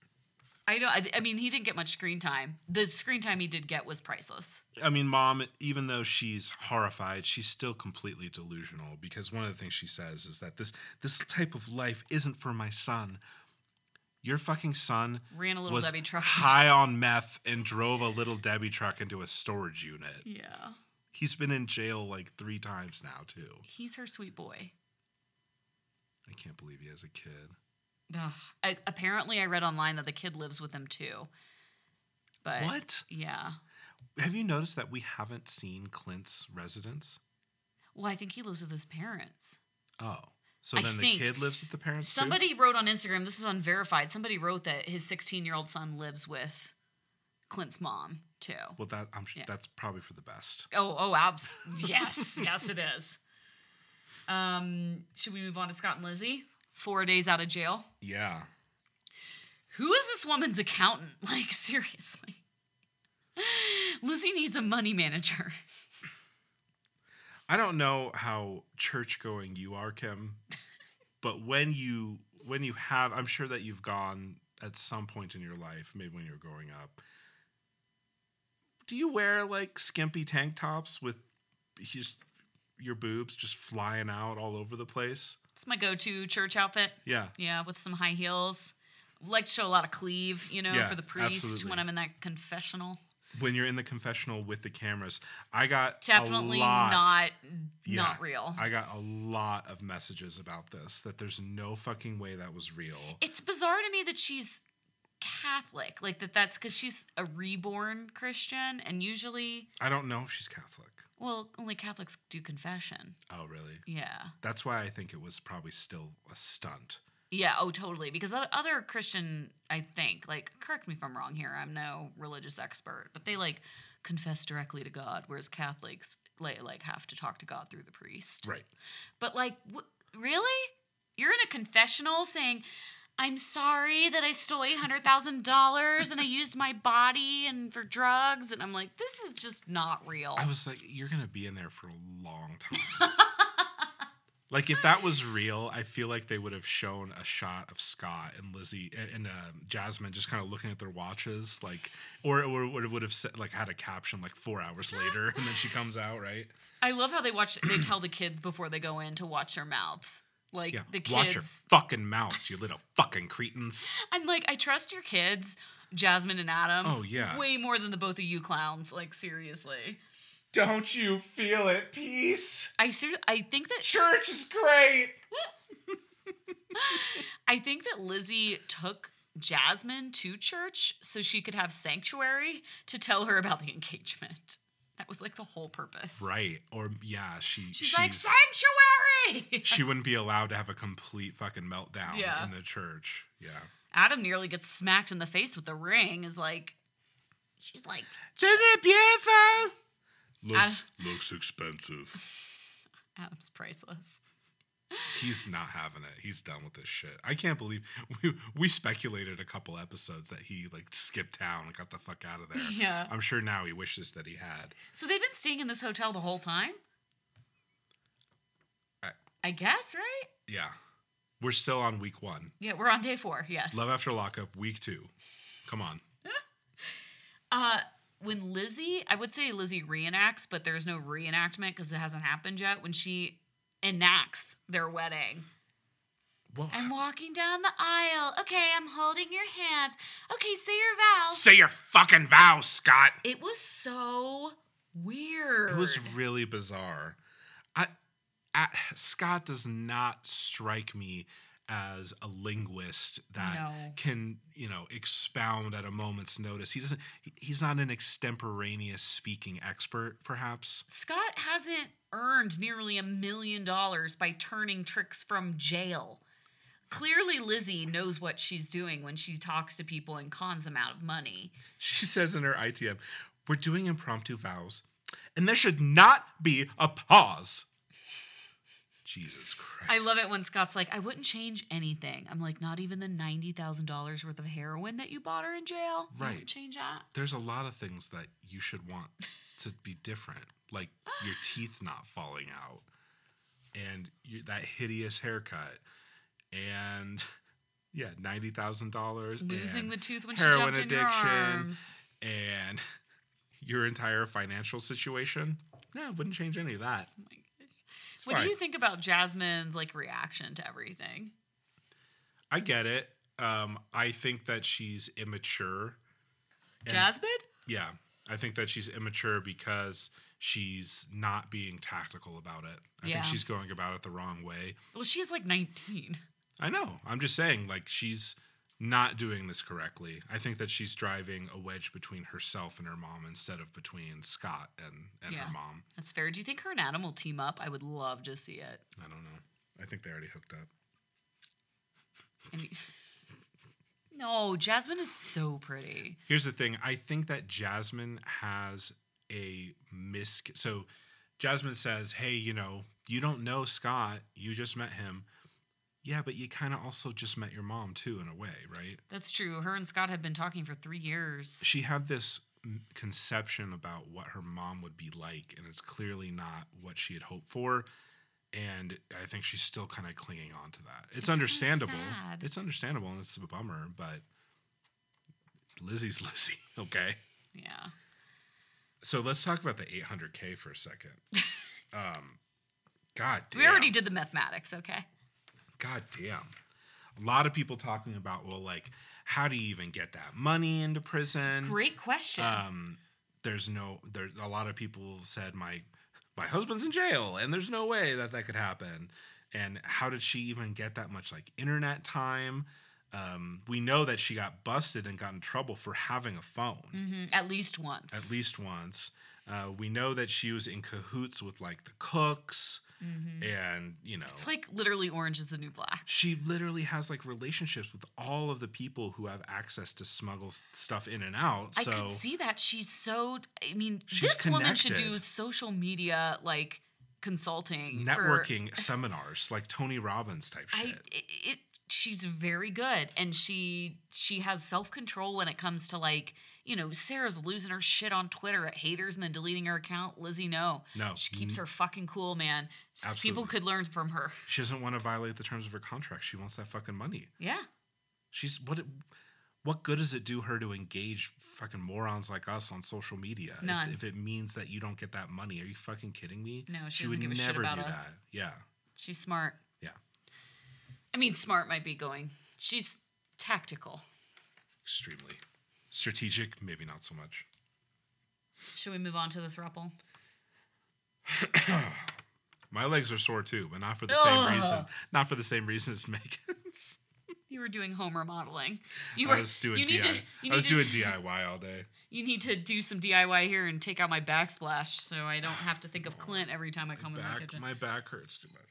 S1: I don't. I, I mean, he didn't get much screen time. The screen time he did get was priceless.
S2: I mean, mom, even though she's horrified, she's still completely delusional because one of the things she says is that this this type of life isn't for my son. Your fucking son
S1: Ran a little
S2: was
S1: Debbie truck.
S2: high on meth and drove a little Debbie truck into a storage unit.
S1: Yeah.
S2: He's been in jail like three times now too.
S1: He's her sweet boy.
S2: I can't believe he has a kid.
S1: Ugh. I, apparently, I read online that the kid lives with him too. But
S2: What?
S1: Yeah.
S2: Have you noticed that we haven't seen Clint's residence?
S1: Well, I think he lives with his parents.
S2: Oh, so
S1: I
S2: then the
S1: think
S2: kid lives with the parents too.
S1: Somebody wrote on Instagram, this is unverified, somebody wrote that his 16 year old son lives with Clint's mom too.
S2: Well, that I'm sure that's probably for the best.
S1: Oh, oh, abs. yes, yes, it is. Um, should we move on to Scott and Lizzie? Four days out of jail.
S2: Yeah.
S1: Who is this woman's accountant? Like, seriously. Lizzie needs a money manager.
S2: I don't know how church going you are, Kim, but when you when you have, I'm sure that you've gone at some point in your life, maybe when you're growing up. Do you wear like skimpy tank tops with just your boobs just flying out all over the place?
S1: It's my go to church outfit.
S2: Yeah.
S1: Yeah, with some high heels. Like to show a lot of cleave, you know,
S2: Yeah,
S1: for the priest
S2: absolutely.
S1: when I'm in that confessional.
S2: When you're in the confessional with the cameras, I got
S1: Definitely
S2: a lot,
S1: not
S2: Yeah.
S1: not real.
S2: I got a lot of messages about this that there's no fucking way that was real.
S1: it's bizarre to me that she's Catholic, like that. That's because she's a reborn Christian, and usually,
S2: I don't know if she's Catholic.
S1: well, only Catholics do confession.
S2: Oh, really?
S1: Yeah,
S2: That's why I think it was probably still a stunt.
S1: yeah. Oh, totally. Because o- other Christian, I think, like, correct me if I'm wrong here. I'm no religious expert, but they like confess directly to God, whereas Catholics like, like have to talk to God through the priest.
S2: Right.
S1: But like, w- really, You're in a confessional saying, I'm sorry that I stole $800,000 and I used my body and for drugs. And I'm like, this is just not real.
S2: I was like, you're gonna be in there for a long time. like if that was real, I feel like they would have shown a shot of Scott and Lizzie and, and uh, Jasmine just kind of looking at their watches, like, or it would, would have said, like had a caption like four hours later, and then she comes out, right?
S1: I love how they watch, they tell the kids before they go in to watch their mouths. Like
S2: Yeah,
S1: the kids.
S2: watch your fucking mouths, you little fucking cretins.
S1: I'm like, I trust your kids, Jasmine and Adam.
S2: Oh, yeah.
S1: Way more than the both of you clowns. Like, seriously.
S2: Don't you feel at peace?
S1: I ser- I think that
S2: Church is great.
S1: I think that Lizzie took Jasmine to church so she could have sanctuary to tell her about the engagement. That was like the whole purpose.
S2: Right, or yeah, she
S1: She's, like sanctuary.
S2: she wouldn't be allowed to have a complete fucking meltdown
S1: Yeah.
S2: in the church. Yeah.
S1: Adam nearly gets smacked in the face with the ring. Is like, she's like,
S2: Isn't it beautiful?
S1: Looks-
S2: looks expensive.
S1: Adam's priceless.
S2: He's not having it. He's done with this shit. I can't believe we we speculated a couple episodes that he like skipped town and got the fuck out of there.
S1: Yeah.
S2: I'm sure now he wishes that he had.
S1: So they've been staying in this hotel the whole time.
S2: I-
S1: I guess right.
S2: Yeah. We're still on week one.
S1: Yeah, we're on day four. Yes.
S2: Love after lockup, week two. Come on.
S1: Uh, when Lizzie, I would say Lizzie reenacts, but there's no reenactment because it hasn't happened yet. When she enacts their wedding,
S2: Well,
S1: I'm walking down the aisle. Okay, I'm holding your hands. Okay, say your vows.
S2: say your fucking vows, Scott.
S1: It was so weird.
S2: It was really bizarre. I, I Scott does not strike me as a linguist that
S1: No.
S2: can you know expound at a moment's notice. He doesn't. he- He's not an extemporaneous speaking expert, perhaps.
S1: Scott hasn't earned nearly a million dollars by turning tricks from jail. Clearly, Lizzie knows what she's doing when she talks to people and cons them out of money.
S2: She says in her ITM, "We're doing impromptu vows, and there should not be a pause." Jesus Christ!
S1: I love it when Scott's like, I wouldn't change anything. I'm like, not even the ninety thousand dollars worth of heroin that you bought her in jail. You wouldn't
S2: Right.
S1: change that.
S2: there's a lot of things that you should want to be different, like your teeth not falling out, and your, that hideous haircut, and yeah, ninety thousand dollars,
S1: Losing
S2: and
S1: the tooth when she
S2: heroin
S1: jumped in your
S2: addiction.
S1: arms.
S2: and your entire financial situation. No, wouldn't change any of that. It's
S1: Oh What do
S2: fine.
S1: you think about Jasmine's like reaction to everything?
S2: I get it. Um, I think that she's immature.
S1: Jasmine?
S2: Yeah, I think that she's immature because she's not being tactical about it. I
S1: Yeah.
S2: think she's going about it the wrong way.
S1: Well, she's like nineteen.
S2: I know. I'm just saying, like, she's not doing this correctly. I think that she's driving a wedge between herself and her mom instead of between Scott and, and
S1: Yeah.
S2: her mom.
S1: That's fair. Do you think her and Adam will team up? I would love to see it.
S2: I don't know. I think they already hooked up.
S1: And no, Jasmine is so pretty.
S2: Here's the thing. I think that Jasmine has a mis. So Jasmine says, "Hey, you know, you don't know Scott. You just met him. Yeah, but you kind of also just met your mom too, in a way, right?
S1: That's true. Her and Scott had been talking for three years.
S2: She had this m- conception about what her mom would be like, and it's clearly not what she had hoped for." And I think she's still kind of clinging on to that. It's,
S1: kinda
S2: understandable.
S1: sad.
S2: It's understandable, and it's a bummer, but Lizzie's Lizzie, okay?
S1: Yeah.
S2: So let's talk about the 800k for a second. Um, God damn.
S1: We already did the mathematics, okay?
S2: God damn. A lot of people talking about well, like, how do you even get that money into prison?
S1: Great question.
S2: Um, there's no. There. A lot of people said my my husband's in jail, and there's no way that that could happen. And how did she even get that much like internet time? Um, we know that she got busted and got in trouble for having a phone.
S1: Mm, At least once.
S2: at least once. Uh, we know that she was in cahoots with like the cooks, and you know,
S1: Mm-hmm. It's like literally Orange is the New Black.
S2: she literally has like relationships with all of the people who have access to smuggle s- stuff in and out. So
S1: I could see that she's so. I mean,
S2: She's
S1: this woman should do
S2: connected.
S1: social media like consulting for-
S2: networking seminars like Tony Robbins type
S1: I
S2: shit.
S1: it, it she's very good and she she has self-control when it comes to like you know Sarah's losing her shit on Twitter at hatersman deleting her account Lizzie no
S2: No. Mm-hmm.
S1: she keeps her fucking cool man S- people
S2: Absolutely.
S1: could learn from her
S2: she doesn't want to violate the terms of her contract. She wants that fucking money.
S1: yeah
S2: She's what it, what good does it do her to engage fucking morons like us on social media if-
S1: None.
S2: If, it means that you don't get that money? Are you fucking kidding me?
S1: No, she doesn't give a shit about us.
S2: Yeah.
S1: she's smart
S2: Yeah.
S1: I mean smart might be going she's tactical
S2: Extremely strategic, maybe not so much.
S1: should we move on to the thruple
S2: My legs are sore too, but not for the same
S1: Ugh.
S2: reason. Not for the same reason as Megan's.
S1: you were doing home remodeling you were
S2: I was doing
S1: you need
S2: DIY.
S1: to you
S2: I
S1: need
S2: was
S1: to
S2: doing DIY all day.
S1: you need to do some DIY here and take out my backsplash so I don't have to think of Clint every time I come in my
S2: Back,
S1: kitchen.
S2: my back hurts too much.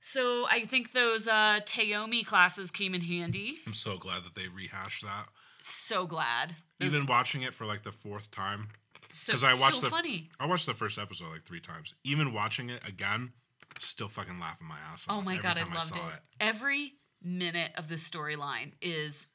S1: So I think those uh, Taomi classes came in handy.
S2: I'm so glad that they rehashed that.
S1: So glad. Those-
S2: Even watching it for like the fourth time,
S1: so,
S2: because I watched
S1: so
S2: the
S1: funny.
S2: I watched the first episode like three times. Even watching it again, still fucking laughing my ass off.
S1: Oh my
S2: every
S1: god, I
S2: time
S1: loved it.
S2: saw
S1: Every minute of this storyline is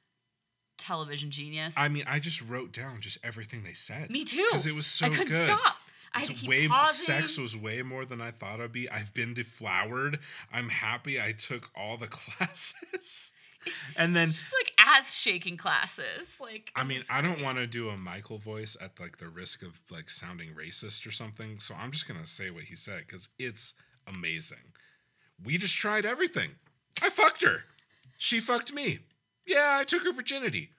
S1: television genius.
S2: I mean, I just wrote down just everything they said.
S1: Me too.
S2: Because it was so
S1: I couldn't
S2: good.
S1: stop. I had to
S2: It's
S1: keep
S2: way
S1: pausing.
S2: sex was way more than I thought I'd be. I've been deflowered. I'm happy I took all the classes. and then
S1: It's like ass shaking classes. Like
S2: I mean, I don't want to do a Michael voice at like the risk of like sounding racist or something. So I'm just gonna say what he said because it's amazing. We just tried everything. I fucked her. She fucked me. Yeah, I took her virginity.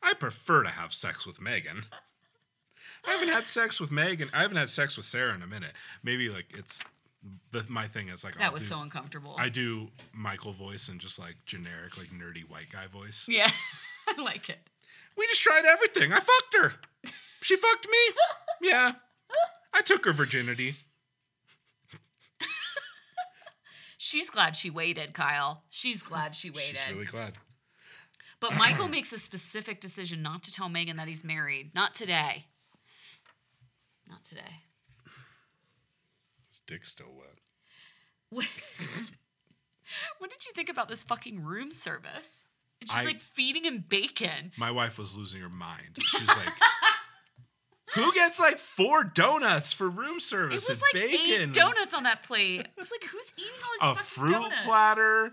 S2: I prefer to have sex with Megan. I haven't had sex with Megan. I haven't had sex with Sarah in a minute. Maybe like it's the, my thing is like
S1: that
S2: I'll
S1: was
S2: do-
S1: so uncomfortable.
S2: I do Michael voice and just like generic like nerdy white guy voice.
S1: yeah, I like it.
S2: We just tried everything. I fucked her. She fucked me. Yeah. I took her virginity.
S1: She's glad she waited, Kyle. She's glad she waited.
S2: She's really glad.
S1: But Michael makes a specific decision not to tell Megan that he's married. Not today. Not today.
S2: His dick's still wet.
S1: What, what did you think about this fucking room service? And she's
S2: I-
S1: like feeding him bacon.
S2: My wife was losing her mind. She's like, who gets like four donuts for room
S1: It
S2: service
S1: was
S2: and
S1: like
S2: bacon?
S1: eight donuts on that plate. It was like, who's eating all
S2: A
S1: these fucking
S2: fruit
S1: donuts?
S2: platter.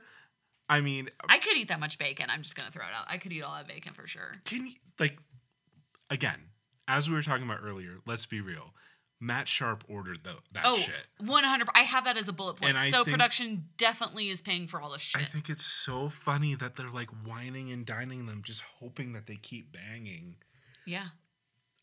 S2: I mean,
S1: I could eat that much bacon. I'm just gonna throw it out. I could eat all that bacon for sure.
S2: can you, like, again, as we were talking about earlier, let's be real. Matt Sharp ordered tho- that
S1: Oh,
S2: shit.
S1: 100. I have that as a bullet point.
S2: And I
S1: So
S2: think-
S1: production definitely is paying for all this shit.
S2: I think it's so funny that they're like whining and dining them, just hoping that they keep banging.
S1: yeah.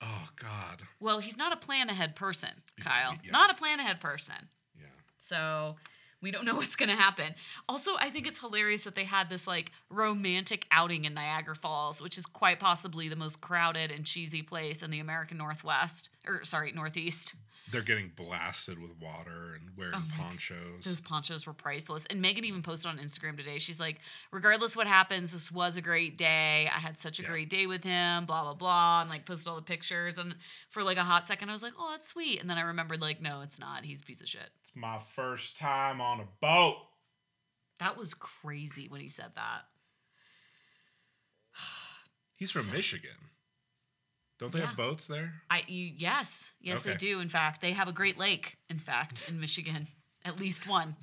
S2: Oh God.
S1: Well, he's not a plan ahead person, Kyle.
S2: yeah.
S1: Not a plan ahead person.
S2: Yeah.
S1: So we don't know what's going to happen. Also, I think it's hilarious that they had this like romantic outing in Niagara Falls, which is quite possibly the most crowded and cheesy place in the American Northwest, or sorry, Northeast.
S2: They're getting blasted with water and wearing ponchos.
S1: Those ponchos were priceless. And Megan even posted on Instagram today. She's like, regardless what happens, this was a great day. I had such a
S2: Yeah.
S1: great day with him, blah, blah, blah. And like posted all the pictures. And for like a hot second, I was like, oh, that's sweet. And then I remembered, like, no, it's not. He's a piece of shit.
S2: it's my first time on a boat.
S1: That was crazy when he said that.
S2: He's from Michigan. Don't they
S1: Yeah.
S2: have boats there?
S1: I you yes yes they
S2: Okay.
S1: do. In fact, they have a Great Lake. In fact, in Michigan, at least one.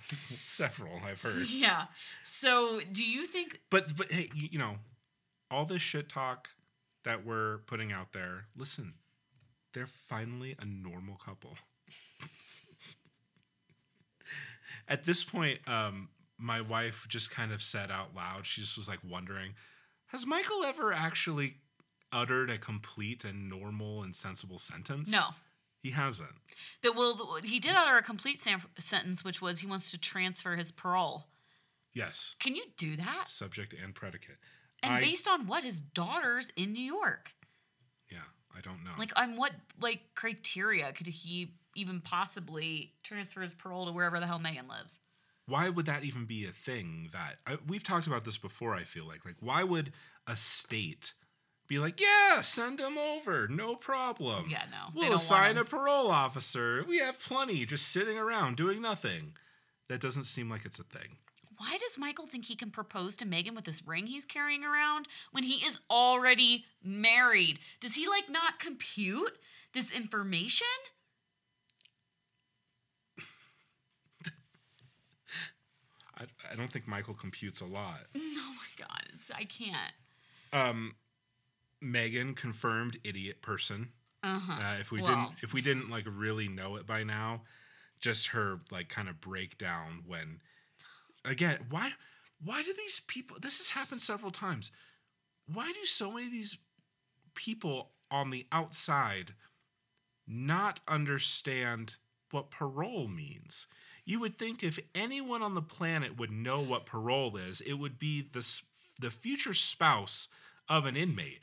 S2: Several, I've heard.
S1: Yeah. So do you think?
S2: but but hey, you, you know, all this shit talk that we're putting out there. Listen, they're finally a normal couple. At this point, um, my wife just kind of said out loud. She just was like wondering, has Michael ever actually uttered a complete and normal and sensible sentence?
S1: No.
S2: he hasn't.
S1: That well, he did utter a complete sam- sentence, which was he wants to transfer his parole.
S2: Yes,
S1: Can you do that?
S2: subject and predicate.
S1: And
S2: I,
S1: based on what his daughters in New York,
S2: yeah, I don't know.
S1: like on what like criteria could he even possibly transfer his parole to wherever the hell Megan lives?
S2: why would that even be a thing that I, we've talked about this before i feel like like why would a state be like, yeah, send them over, no problem.
S1: Yeah, no, they don't
S2: We'll
S1: want
S2: assign a
S1: 'em.
S2: parole officer. We have plenty just sitting around doing nothing. That doesn't seem like it's a thing.
S1: Why does Michael think he can propose to Megan with this ring he's carrying around when he is already married? Does he like not compute this information?
S2: I, I don't think Michael computes a lot.
S1: Oh my god, it's, I can't.
S2: Megan confirmed idiot person.
S1: Uh-huh.
S2: Uh, if we
S1: Wow.
S2: didn't, if we didn't like really know it by now, just her like kind of breakdown when, again, why, why do these people? This has happened several times. Why do so many of these people on the outside not understand what parole means? You would think if anyone on the planet would know what parole is, it would be the s- the future spouse of an inmate.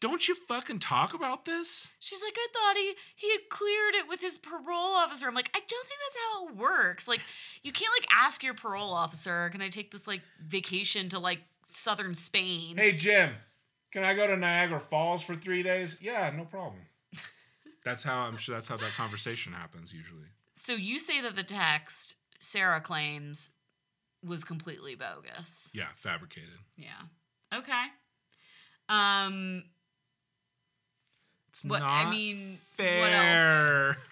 S2: Don't you fucking talk about this?
S1: She's like, I thought he he had cleared it with his parole officer. I'm like, I don't think that's how it works. Like, you can't like ask your parole officer, can I take this like vacation to like southern Spain?
S2: Hey Jim, can I go to Niagara Falls for three days? Yeah, no problem. That's how I'm sure that's how that conversation happens usually.
S1: So you say that the text Sarah claims was completely bogus.
S2: Yeah, fabricated.
S1: Yeah. Okay. Um
S2: It's
S1: What- I
S2: not
S1: mean, what else?
S2: fair.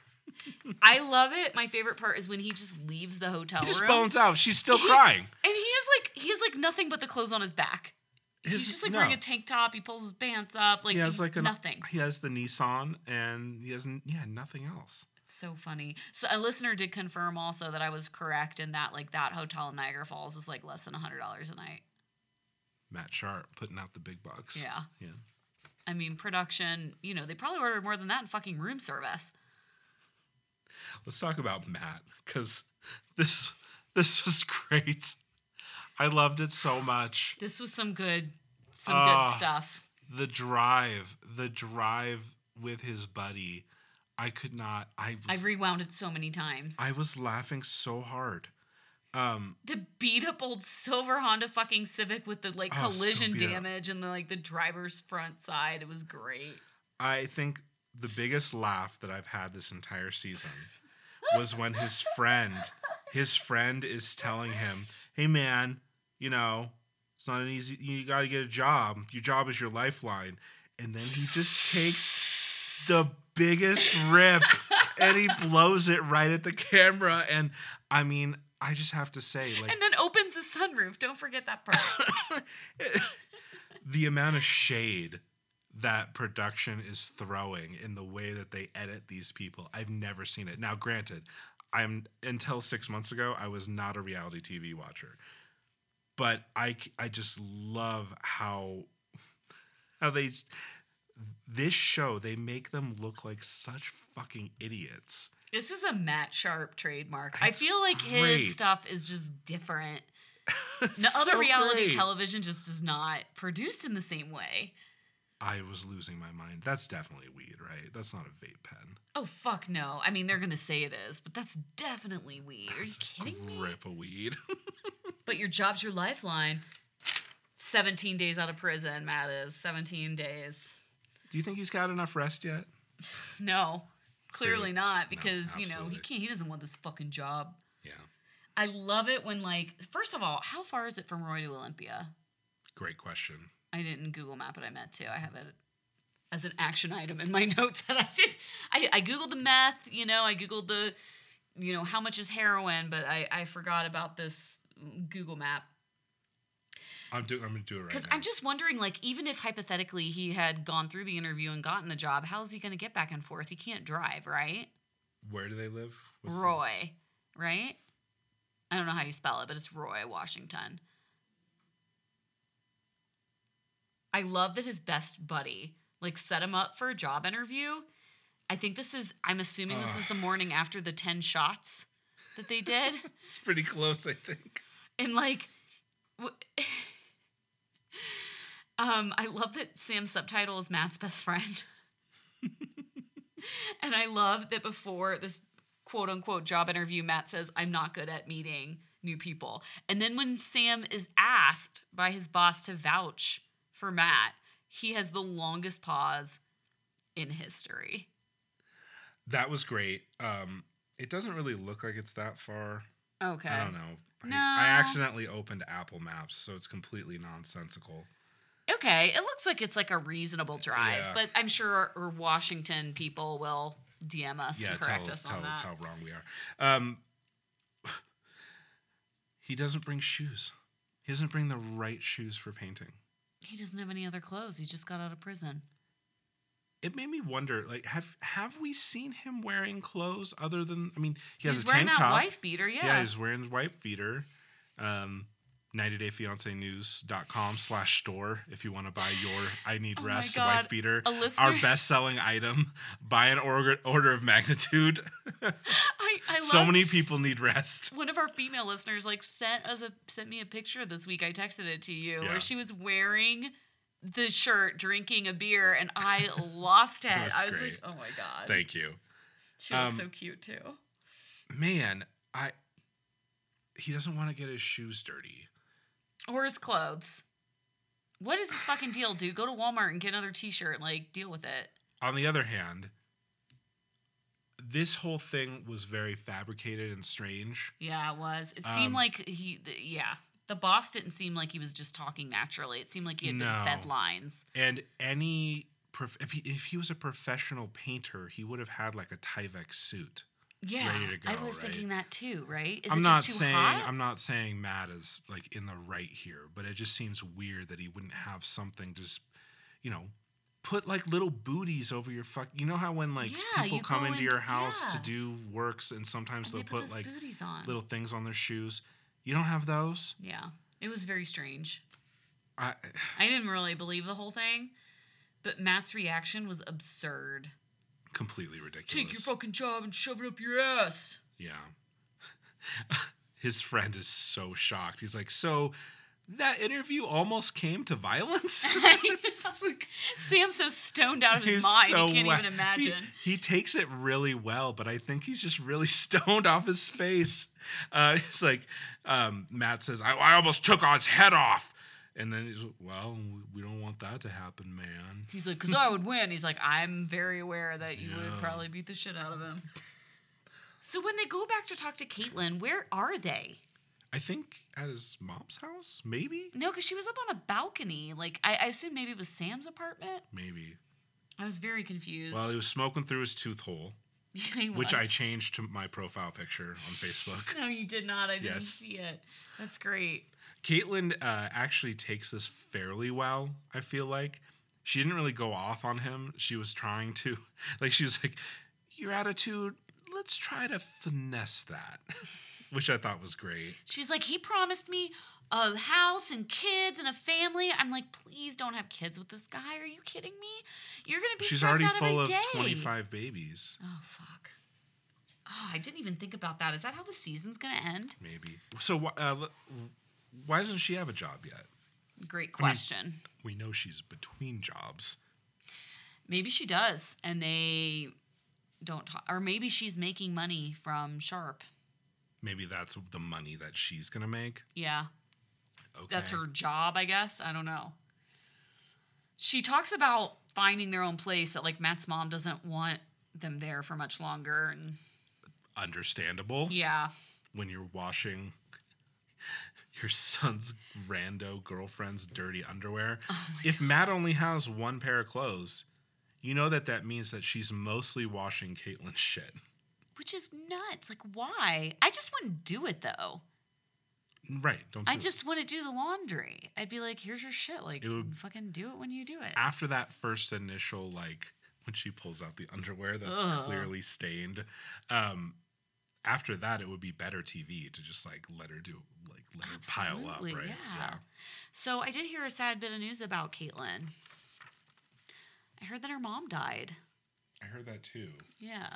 S1: I love it. My favorite part is when he just leaves the hotel
S2: He just
S1: room.
S2: bones out. She's still crying.
S1: And he is like he has like nothing but the clothes on his back.
S2: His-
S1: he's just like
S2: no.
S1: wearing a tank top. He pulls his pants up. Like
S2: He has
S1: he's
S2: like an,
S1: nothing.
S2: He has the Nissan and he has n- yeah nothing else.
S1: So funny. So a listener did confirm also that I was correct in that like that hotel in Niagara Falls is like less than hundred dollars a night.
S2: Matt Sharp putting out the big bucks.
S1: Yeah.
S2: Yeah.
S1: I mean production. You know they probably ordered more than that in fucking room service.
S2: Let's talk about Matt because this this was great. I loved it so much.
S1: This was some good, some
S2: Ah.
S1: good stuff.
S2: the drive, the drive with his buddy, I could not. I
S1: I
S2: was, I,
S1: rewound it so many times.
S2: was laughing so hard.
S1: the beat up old silver Honda fucking Civic with the like
S2: Oh, so
S1: collision
S2: beat up.
S1: damage and the like the driver's front side. It was great.
S2: I think the biggest laugh that I've had this entire season was when his friend, his friend is telling him, "Hey man, you know, it's not an easy. You got to get a job. Your job is your lifeline." And then he just takes the biggest rip and he blows it right at the camera. And I mean, I just have to say, like,
S1: And then opens the sunroof. Don't forget that part.
S2: the amount of shade that production is throwing in the way that they edit these people i've never seen it now granted i'm until six months ago i was not a reality tv watcher but i c- I just love how how they this show they make them look like such fucking idiots
S1: this is a Matt Sharp trademark. I
S2: It's
S1: feel like
S2: great.
S1: his stuff is just different. The
S2: It's
S1: other
S2: so
S1: reality
S2: great.
S1: television just is not produced in the same way.
S2: i was losing my mind that's definitely weed right that's not a vape pen
S1: Oh fuck no. I mean they're gonna say it is, but that's definitely weird. Are you kidding me?
S2: grip of weed
S1: But your job's your lifeline. 17 days out of prison, Matt is. 17 days.
S2: do you think he's got enough rest yet
S1: No, clearly
S2: Clearly-
S1: not because, you know, he
S2: absolutely.
S1: can't, he doesn't want this fucking job.
S2: yeah
S1: I love it when, like, first of all, how far is it from Roy to Olympia?
S2: great question
S1: I didn't Google map it, I meant to. I have it as an action item in my notes that I did. I, I Googled the meth, you know, I Googled the, you know, how much is heroin, but I, I forgot about this Google map
S2: I'm doing. I'm gonna do it right
S1: Because
S2: now.
S1: I'm just wondering, like, even if hypothetically he had gone through the interview and gotten the job, how is he going to get back and forth? He can't drive, right?
S2: Where do they live? What's the-
S1: Roy, right? I don't know how you spell it, but it's Roy Washington. I love that his best buddy like set him up for a job interview. I think this is. I'm assuming this is the morning after the ten shots that they did.
S2: it's pretty close, I think.
S1: and like w- um i love that sam's subtitle is matt's best friend and i love that before this quote unquote job interview matt says i'm not good at meeting new people and then when sam is asked by his boss to vouch for matt He has the longest pause in history.
S2: That was great. Um, it doesn't really look like it's that far.
S1: Okay.
S2: I don't know. I,
S1: No.
S2: I accidentally opened Apple Maps, so it's completely nonsensical.
S1: Okay, it looks like it's like a reasonable drive,
S2: Yeah.
S1: but I'm sure our, our Washington people will DM us
S2: Yeah,
S1: and correct
S2: tell us,
S1: us on
S2: tell
S1: that.
S2: us how wrong we are. Um, he doesn't bring shoes. He doesn't bring the right shoes for painting.
S1: He doesn't have any other clothes. He just got out of prison.
S2: It made me wonder, like, have have we seen him wearing clothes other than? I mean, he has
S1: he's
S2: a
S1: wearing
S2: tank
S1: that
S2: top.
S1: wife beater, yeah.
S2: yeah. he's wearing his wife beater. Um, 90 Day Fiance News.com slash store if you want to buy your I Need
S1: Oh my
S2: Rest
S1: God.
S2: wife beater,
S1: A listener-
S2: our best selling item by an order, order of magnitude.
S1: I, I love
S2: so many people need rest.
S1: one of our female listeners like sent us a sent me a picture this week. I texted it to you
S2: Yeah.
S1: where she was wearing the shirt, drinking a beer, and I lost it.
S2: was
S1: I was
S2: great.
S1: like, oh my god,
S2: Thank you.
S1: she looks
S2: um,
S1: so cute too.
S2: Man, I he doesn't want to get his shoes dirty.
S1: Or his clothes. What is this fucking deal, dude? Go to Walmart and get another T-shirt. Like, deal with it.
S2: On the other hand, this whole thing was very fabricated and strange.
S1: Yeah, it was. It seemed
S2: Um,
S1: like he, th- yeah. The boss didn't seem like he was just talking naturally. It seemed like he had
S2: No.
S1: been fed lines.
S2: And any prof- if he, if he was a professional painter, he would have had like a Tyvek suit.
S1: Yeah,
S2: Ready to
S1: I
S2: go,
S1: was
S2: right?
S1: thinking that too. Right? Is
S2: I'm
S1: it
S2: not
S1: just too
S2: saying
S1: hot?
S2: I'm not saying Matt is like in the right here, but it just seems weird that he wouldn't have something just you know put like little booties over your fuck. You know how when like
S1: Yeah,
S2: people
S1: you
S2: come
S1: go
S2: into
S1: into-
S2: your house to
S1: yeah.
S2: do works and sometimes
S1: And they
S2: they'll
S1: put
S2: put,
S1: those
S2: like
S1: booties on.
S2: little things on their shoes. You don't have those?
S1: Yeah, it was very strange.
S2: I
S1: I didn't really believe the whole thing, but Matt's reaction was absurd.
S2: completely ridiculous.
S1: Take your fucking job and shove it up your ass.
S2: Yeah. His friend is so shocked. He's like, "So that interview almost came to violence?" It's just like-
S1: Sam's so stoned out of his
S2: He's
S1: mind,
S2: so
S1: he can't
S2: wa-
S1: even imagine.
S2: He, he takes it really well, but I think he's just really stoned off his face. Uh, it's like um, Matt says, I, "I almost took his head off," and then he's, "Well, we don't want that to happen, man."
S1: He's like, because I would win. He's like, I'm very aware that you
S2: Yeah.
S1: would probably beat the shit out of him. So when they go back to talk to Caitlin, where are they?
S2: I think at his mom's house, maybe,
S1: No, because she was up on a balcony. Like, I, I assume maybe it was Sam's apartment.
S2: maybe.
S1: I was very confused.
S2: Well, he was smoking through his tooth hole,
S1: He
S2: which I
S1: was.
S2: changed to my profile picture on Facebook.
S1: No, you did not. I didn't
S2: Yes.
S1: see it. That's great.
S2: Caitlyn uh, actually takes this fairly well. I feel like she didn't really go off on him. She was trying to, like, she was like, "Your attitude. Let's try to finesse that," which I thought was great.
S1: She's like, he promised me a house and kids and a family. I'm like, please don't have kids with this guy. Are you kidding me? You're gonna be
S2: She's
S1: stressed
S2: already
S1: out every
S2: full of
S1: day."
S2: twenty-five babies,
S1: Oh fuck. Oh, I didn't even think about that. Is that how the season's gonna end?
S2: maybe. So wh- uh, l- why doesn't she have a job yet?
S1: Great question.
S2: We know she's between jobs.
S1: maybe she does, and they don't talk, or maybe she's making money from Sharp.
S2: Maybe that's the money that she's gonna make.
S1: Yeah.
S2: Okay,
S1: that's her job, I guess. I don't know. She talks about finding their own place that like Matt's mom doesn't want them there for much longer and
S2: understandable.
S1: yeah.
S2: when you're washing your son's rando girlfriend's dirty underwear.
S1: Oh
S2: if Matt only has one pair of clothes, you know that that means that she's mostly washing Caitlin's shit.
S1: Which is nuts. Like why? I just wouldn't do it though.
S2: Right. Don't do
S1: I
S2: it.
S1: just want to do the laundry. I'd be like, here's your shit. Like
S2: It would-
S1: fucking do it when you do it.
S2: after that first initial like when she pulls out the underwear that's
S1: Ugh.
S2: clearly stained. Um, after that, it would be better TV to just like let her do like let her pile up, right?
S1: Absolutely, yeah. So I did hear a sad bit of news about Caitlin. I heard that her mom died.
S2: I heard that too.
S1: Yeah.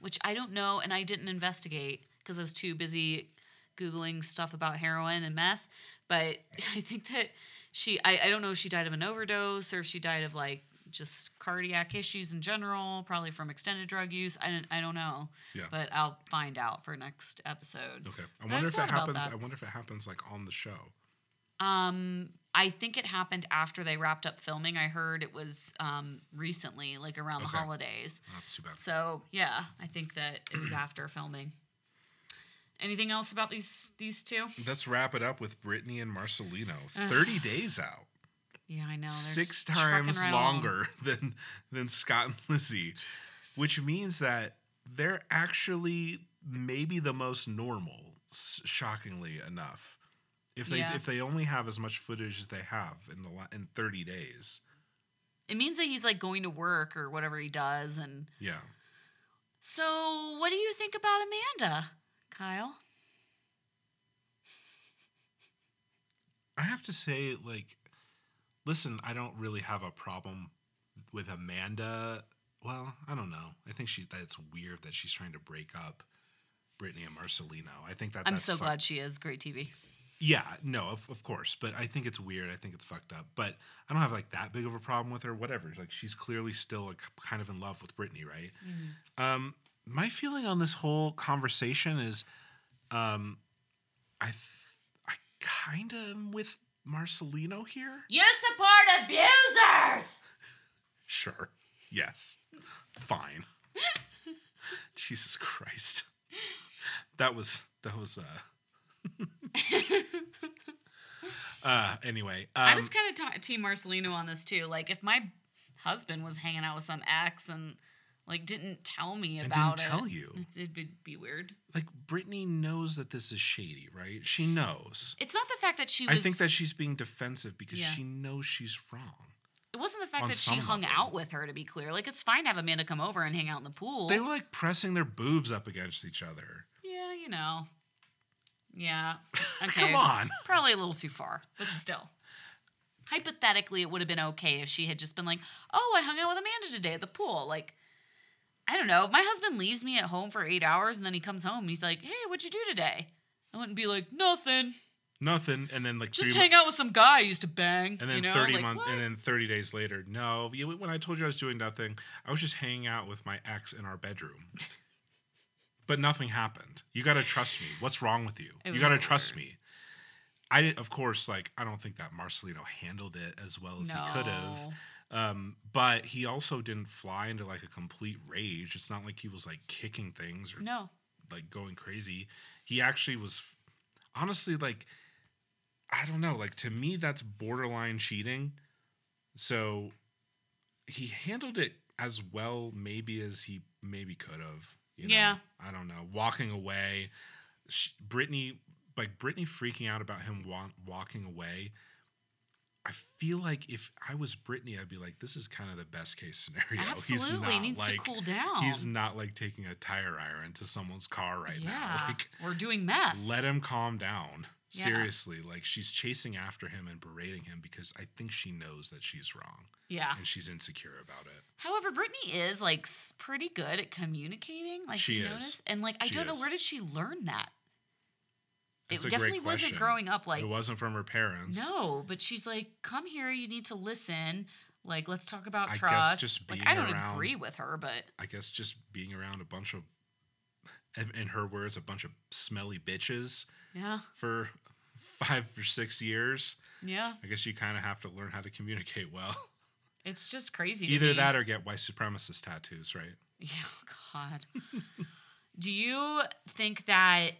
S1: Which I don't know, and I didn't investigate because I was too busy Googling stuff about heroin and meth. But I think that she, I, I don't know if she died of an overdose or if she died of like just cardiac issues in general, probably from extended drug use. I don't, I don't know.
S2: Yeah.
S1: But I'll find out for next episode.
S2: Okay. I
S1: But
S2: wonder if
S1: thought
S2: it
S1: about
S2: happens.
S1: that.
S2: I wonder if it happens like on the show.
S1: Um, I think it happened after they wrapped up filming. I heard it was um, recently, like around the
S2: Okay.
S1: holidays.
S2: That's too bad.
S1: So yeah, I think that it was after filming. Anything else about these these two?
S2: Let's wrap it up with Brittany and Marcelino. 30 days out.
S1: Yeah, I know. Oh, they're
S2: six
S1: just trucking
S2: times
S1: right along.
S2: longer than than Scott and Lizzie, which means that they're actually maybe the most normal, s- shockingly enough. If they
S1: Yeah.
S2: if they only have as much footage as they have in the la- in thirty days,
S1: It means that he's like going to work or whatever he does. And
S2: yeah,
S1: so, what do you think about Amanda, Kyle?
S2: I have to say, like, listen, I don't really have a problem with Amanda. Well, I don't know. I think she that's weird that she's trying to break up Brittany and Marcelino. I think that
S1: I'm
S2: that's
S1: so
S2: fu-
S1: glad she is. Great TV.
S2: Yeah, no, of, of course, but I think it's weird. I think it's fucked up. But I don't have like that big of a problem with her. Whatever. Like she's clearly still like, kind of in love with Brittany, right?
S1: Mm-hmm.
S2: Um, my feeling on this whole conversation is, um, I th- I kind of am with Marcelino here.
S1: You support abusers.
S2: Sure. Yes. Fine. Jesus Christ. That was that was uh. uh anyway, um,
S1: I was kind of ta- team Marcelino on this too. Like, if my husband was hanging out with some ex and like didn't tell me
S2: and
S1: about
S2: didn't
S1: it, Mm.
S2: tell you.
S1: it- it'd be- be weird.
S2: Like Brittany knows that this is shady, right? She knows.
S1: It's not the fact that she was.
S2: I think that she's being defensive because
S1: Yeah.
S2: she knows she's wrong.
S1: it wasn't the fact
S2: on
S1: that she
S2: some
S1: hung
S2: level.
S1: out with her. To be clear, like it's fine to have Amanda come over and hang out in the pool.
S2: They were like pressing their boobs up against each other.
S1: yeah, you know. Yeah. Okay.
S2: Come on.
S1: Probably a little too far, but still. Hypothetically, it would have been okay if she had just been like, oh, I hung out with Amanda today at the pool. Like, I don't know. If my husband leaves me at home for eight hours and then he comes home and he's like, hey, what'd you do today? I wouldn't be like, nothing.
S2: Nothing. And then like
S1: Just
S2: three,
S1: hang out with some guy I used to bang.
S2: And then
S1: you know?
S2: thirty
S1: like,
S2: month,
S1: what?
S2: and then thirty days later, no. you- When I told you I was doing nothing, I was just hanging out with my ex in our bedroom. but nothing happened. You got to trust me. What's wrong with you?
S1: It
S2: You
S1: was
S2: got to
S1: awkward.
S2: trust me. I did, of course, like I don't think that Marcelino handled it as well as he could have.
S1: No.
S2: Um, but he also didn't fly into like a complete rage. It's not like he was like kicking things or
S1: No.
S2: like going crazy. He actually was honestly like I don't know, like to me that's borderline cheating. So he handled it as well maybe as he maybe could have. You know?
S1: Yeah.
S2: I don't know. Walking away, sh- Brittany like Brittany freaking out about him wa- walking away. I feel like if I was Brittany, I'd be like, this is kind of the best case scenario.
S1: Absolutely. He needs to cool down.
S2: He's not like taking a tire iron to someone's car right now.
S1: yeah.
S2: Like,
S1: We're doing meth.
S2: let him calm down.
S1: Yeah.
S2: Seriously, like she's chasing after him and berating him because I think she knows that she's wrong
S1: yeah.
S2: and she's insecure about it.
S1: However, Brittany is like s- pretty good at communicating. Like
S2: She
S1: you
S2: is.
S1: notice, and like I
S2: She
S1: don't
S2: is.
S1: know where did she learn that.
S2: That's
S1: it
S2: a great
S1: definitely wasn't
S2: question.
S1: growing up like
S2: it wasn't from her parents.
S1: no, but she's like, come here, you need to listen. Like let's talk about
S2: I guess
S1: trust.
S2: just
S1: like
S2: being
S1: I don't
S2: around-
S1: agree with her, but
S2: I guess just being around a bunch of, in- in her words, a bunch of smelly bitches
S1: yeah,
S2: for five or six years.
S1: yeah,
S2: I guess you kind of have to learn how to communicate well.
S1: it's just crazy. to
S2: Either
S1: me.
S2: that or get white supremacist tattoos, right?
S1: Yeah, God. do you think that?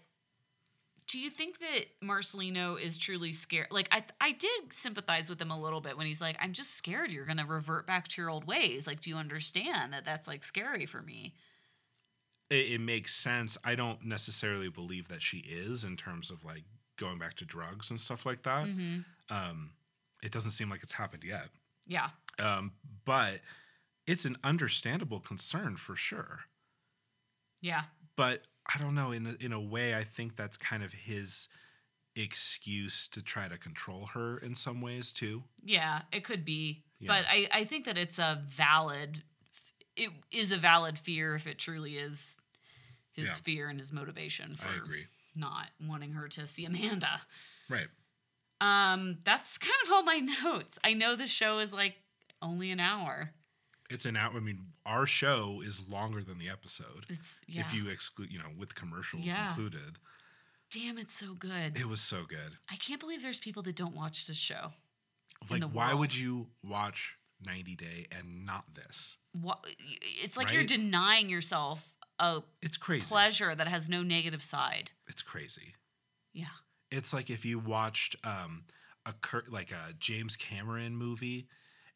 S1: Do you think that Marcelino is truly scared? Like I, I did sympathize with him a little bit when he's like, "I'm just scared you're gonna revert back to your old ways." Like, do you understand that that's like scary for me?
S2: it, it makes sense. I don't necessarily believe that she is in terms of like going back to drugs and stuff like that.
S1: Mm-hmm.
S2: Um, it doesn't seem like it's happened yet,
S1: Yeah,
S2: um, but it's an understandable concern for sure.
S1: yeah,
S2: But I don't know. In a- in a way, I think that's kind of his excuse to try to control her in some ways too.
S1: yeah. It could be,
S2: Yeah.
S1: but I, I think that it's a valid. It is a valid fear if it truly is his
S2: Yeah.
S1: fear and his motivation for
S2: I agree.
S1: not wanting her to see Amanda.
S2: Right.
S1: Um, that's kind of all my notes. I know the show is like only an hour.
S2: It's an hour. I mean, our show is longer than the episode.
S1: It's yeah.
S2: If you exclude, you know, with commercials
S1: Yeah.
S2: included,
S1: Damn, it's so good.
S2: it was so good.
S1: I can't believe there's people that don't watch this show.
S2: of like
S1: the
S2: why
S1: world.
S2: would you watch 90 Day and not this?
S1: Wha- It's like you're
S2: Right?
S1: denying yourself a
S2: It's crazy.
S1: pleasure that has no negative side.
S2: It's crazy.
S1: Yeah.
S2: It's like if you watched um a Kurt, like a James Cameron movie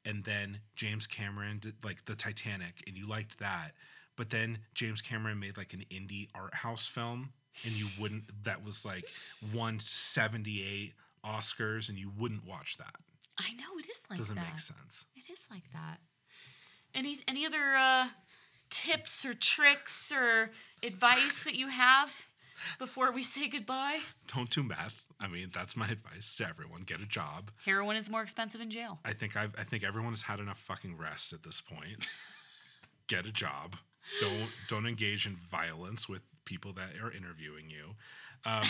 S2: and then James Cameron did like the Titanic and you liked that, but then James Cameron made like an indie art house film and you wouldn't that was like 178 Oscars and you wouldn't watch that.
S1: I know it is like
S2: Doesn't
S1: that.
S2: make sense.
S1: It is like that. Any any other uh, tips or tricks or advice that you have before we say goodbye?
S2: Don't do math. I mean, that's my advice to everyone. Get a job.
S1: Heroin is more expensive in jail.
S2: I think I've I think everyone has had enough fucking rest at this point. Get a job. Don't don't engage in violence with people that are interviewing you. Um,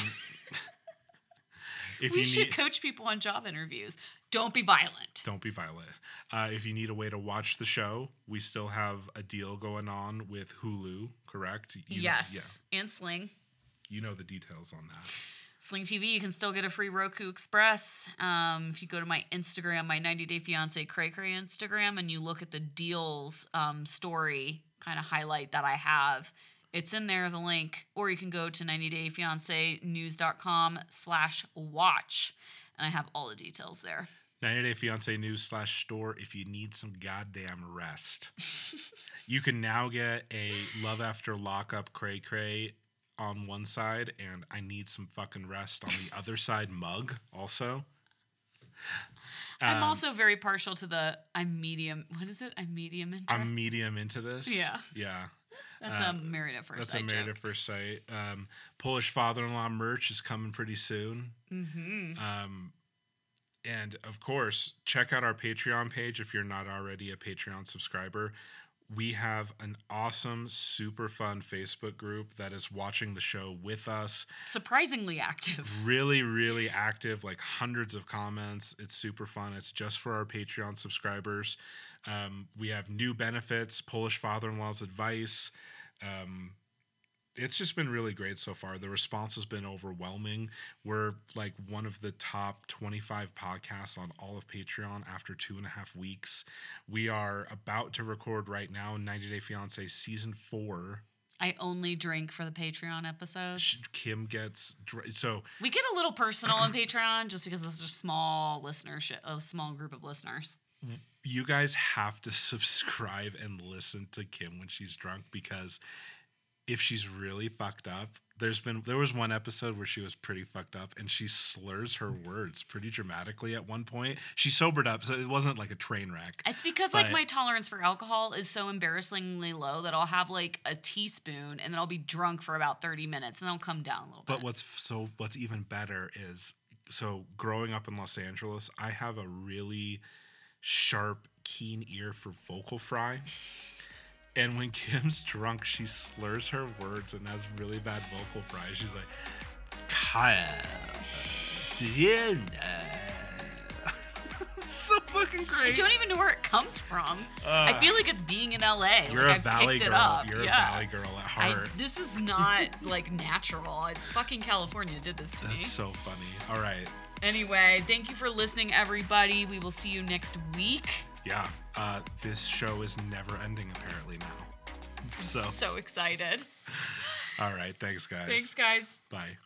S2: if
S1: we
S2: you
S1: should
S2: need,
S1: coach people on job interviews. Don't be violent.
S2: don't be violent. Uh, if you need a way to watch the show, we still have a deal going on with Hulu. Correct? You know-
S1: yes, and Sling.
S2: yeah. You know the details on that.
S1: Sling TV, you can still get a free Roku Express. Um, if you go to my Instagram, my 90 Day Fiance Cray Cray Instagram, and you look at the deals um, story kind of highlight that I have, it's in there, the link. Or you can go to 90dayfiancenews.com slash watch, and I have all the details there.
S2: 90 Day Fiance News slash store if you need some goddamn rest. you can now get a Love After Lockup Cray Cray on one side and I Need Some Fucking Rest on the other side mug also. Um,
S1: I'm also very partial to the I'm medium. What is it? I'm medium interest.
S2: I'm medium into this.
S1: Yeah.
S2: Yeah.
S1: that's a married at first.
S2: That's
S1: sight
S2: a married
S1: joke.
S2: at first sight. Um, Polish father in law merch is coming pretty soon. Mm-hmm. Um, and of course, check out our Patreon page if you're not already a Patreon subscriber. We have an awesome, super fun Facebook group that is watching the show with us.
S1: Surprisingly active.
S2: Really, really active, like hundreds of comments. It's super fun. It's just for our Patreon subscribers. Um, we have new benefits, Polish father in law's advice Um, it's just been really great so far. The response has been overwhelming. We're like one of the top 25 podcasts on all of Patreon after two and a half weeks. We are about to record right now 90 Day Fiance season four.
S1: I only drink for the Patreon episodes.
S2: Kim gets dr- so
S1: We get a little personal on Patreon just because it's a small listenership, a small group of listeners.
S2: you guys have to subscribe and listen to Kim when she's drunk because if she's really fucked up, there's been there was one episode where she was pretty fucked up and she slurs her words pretty dramatically at one point. She sobered up, so it wasn't like a train wreck.
S1: It's because like
S2: But-
S1: my tolerance for alcohol is so embarrassingly low that I'll have like a teaspoon and then I'll be drunk for about 30 minutes and I'll come down a little
S2: But
S1: bit.
S2: what's f- so what's even better is so growing up in Los Angeles, I have a really sharp, keen ear for vocal fry. And when Kim's drunk, she slurs her words and has really bad vocal fry. She's like, Kyle, do you know?" so fucking
S1: I
S2: great.
S1: don't even know where it comes from. I feel like it's being in LA.
S2: You're
S1: like
S2: a
S1: I've
S2: valley
S1: picked
S2: girl.
S1: it up.
S2: You're
S1: yeah.
S2: a valley girl at
S1: I-
S2: heart.
S1: this is not like natural. It's fucking California did this to me.
S2: That's so funny. All right.
S1: Anyway, thank you for listening, everybody. We will see you next week.
S2: Yeah. Uh, this show is never ending apparently now. So,
S1: So excited.
S2: all right. Thanks, guys.
S1: Thanks, guys.
S2: Bye.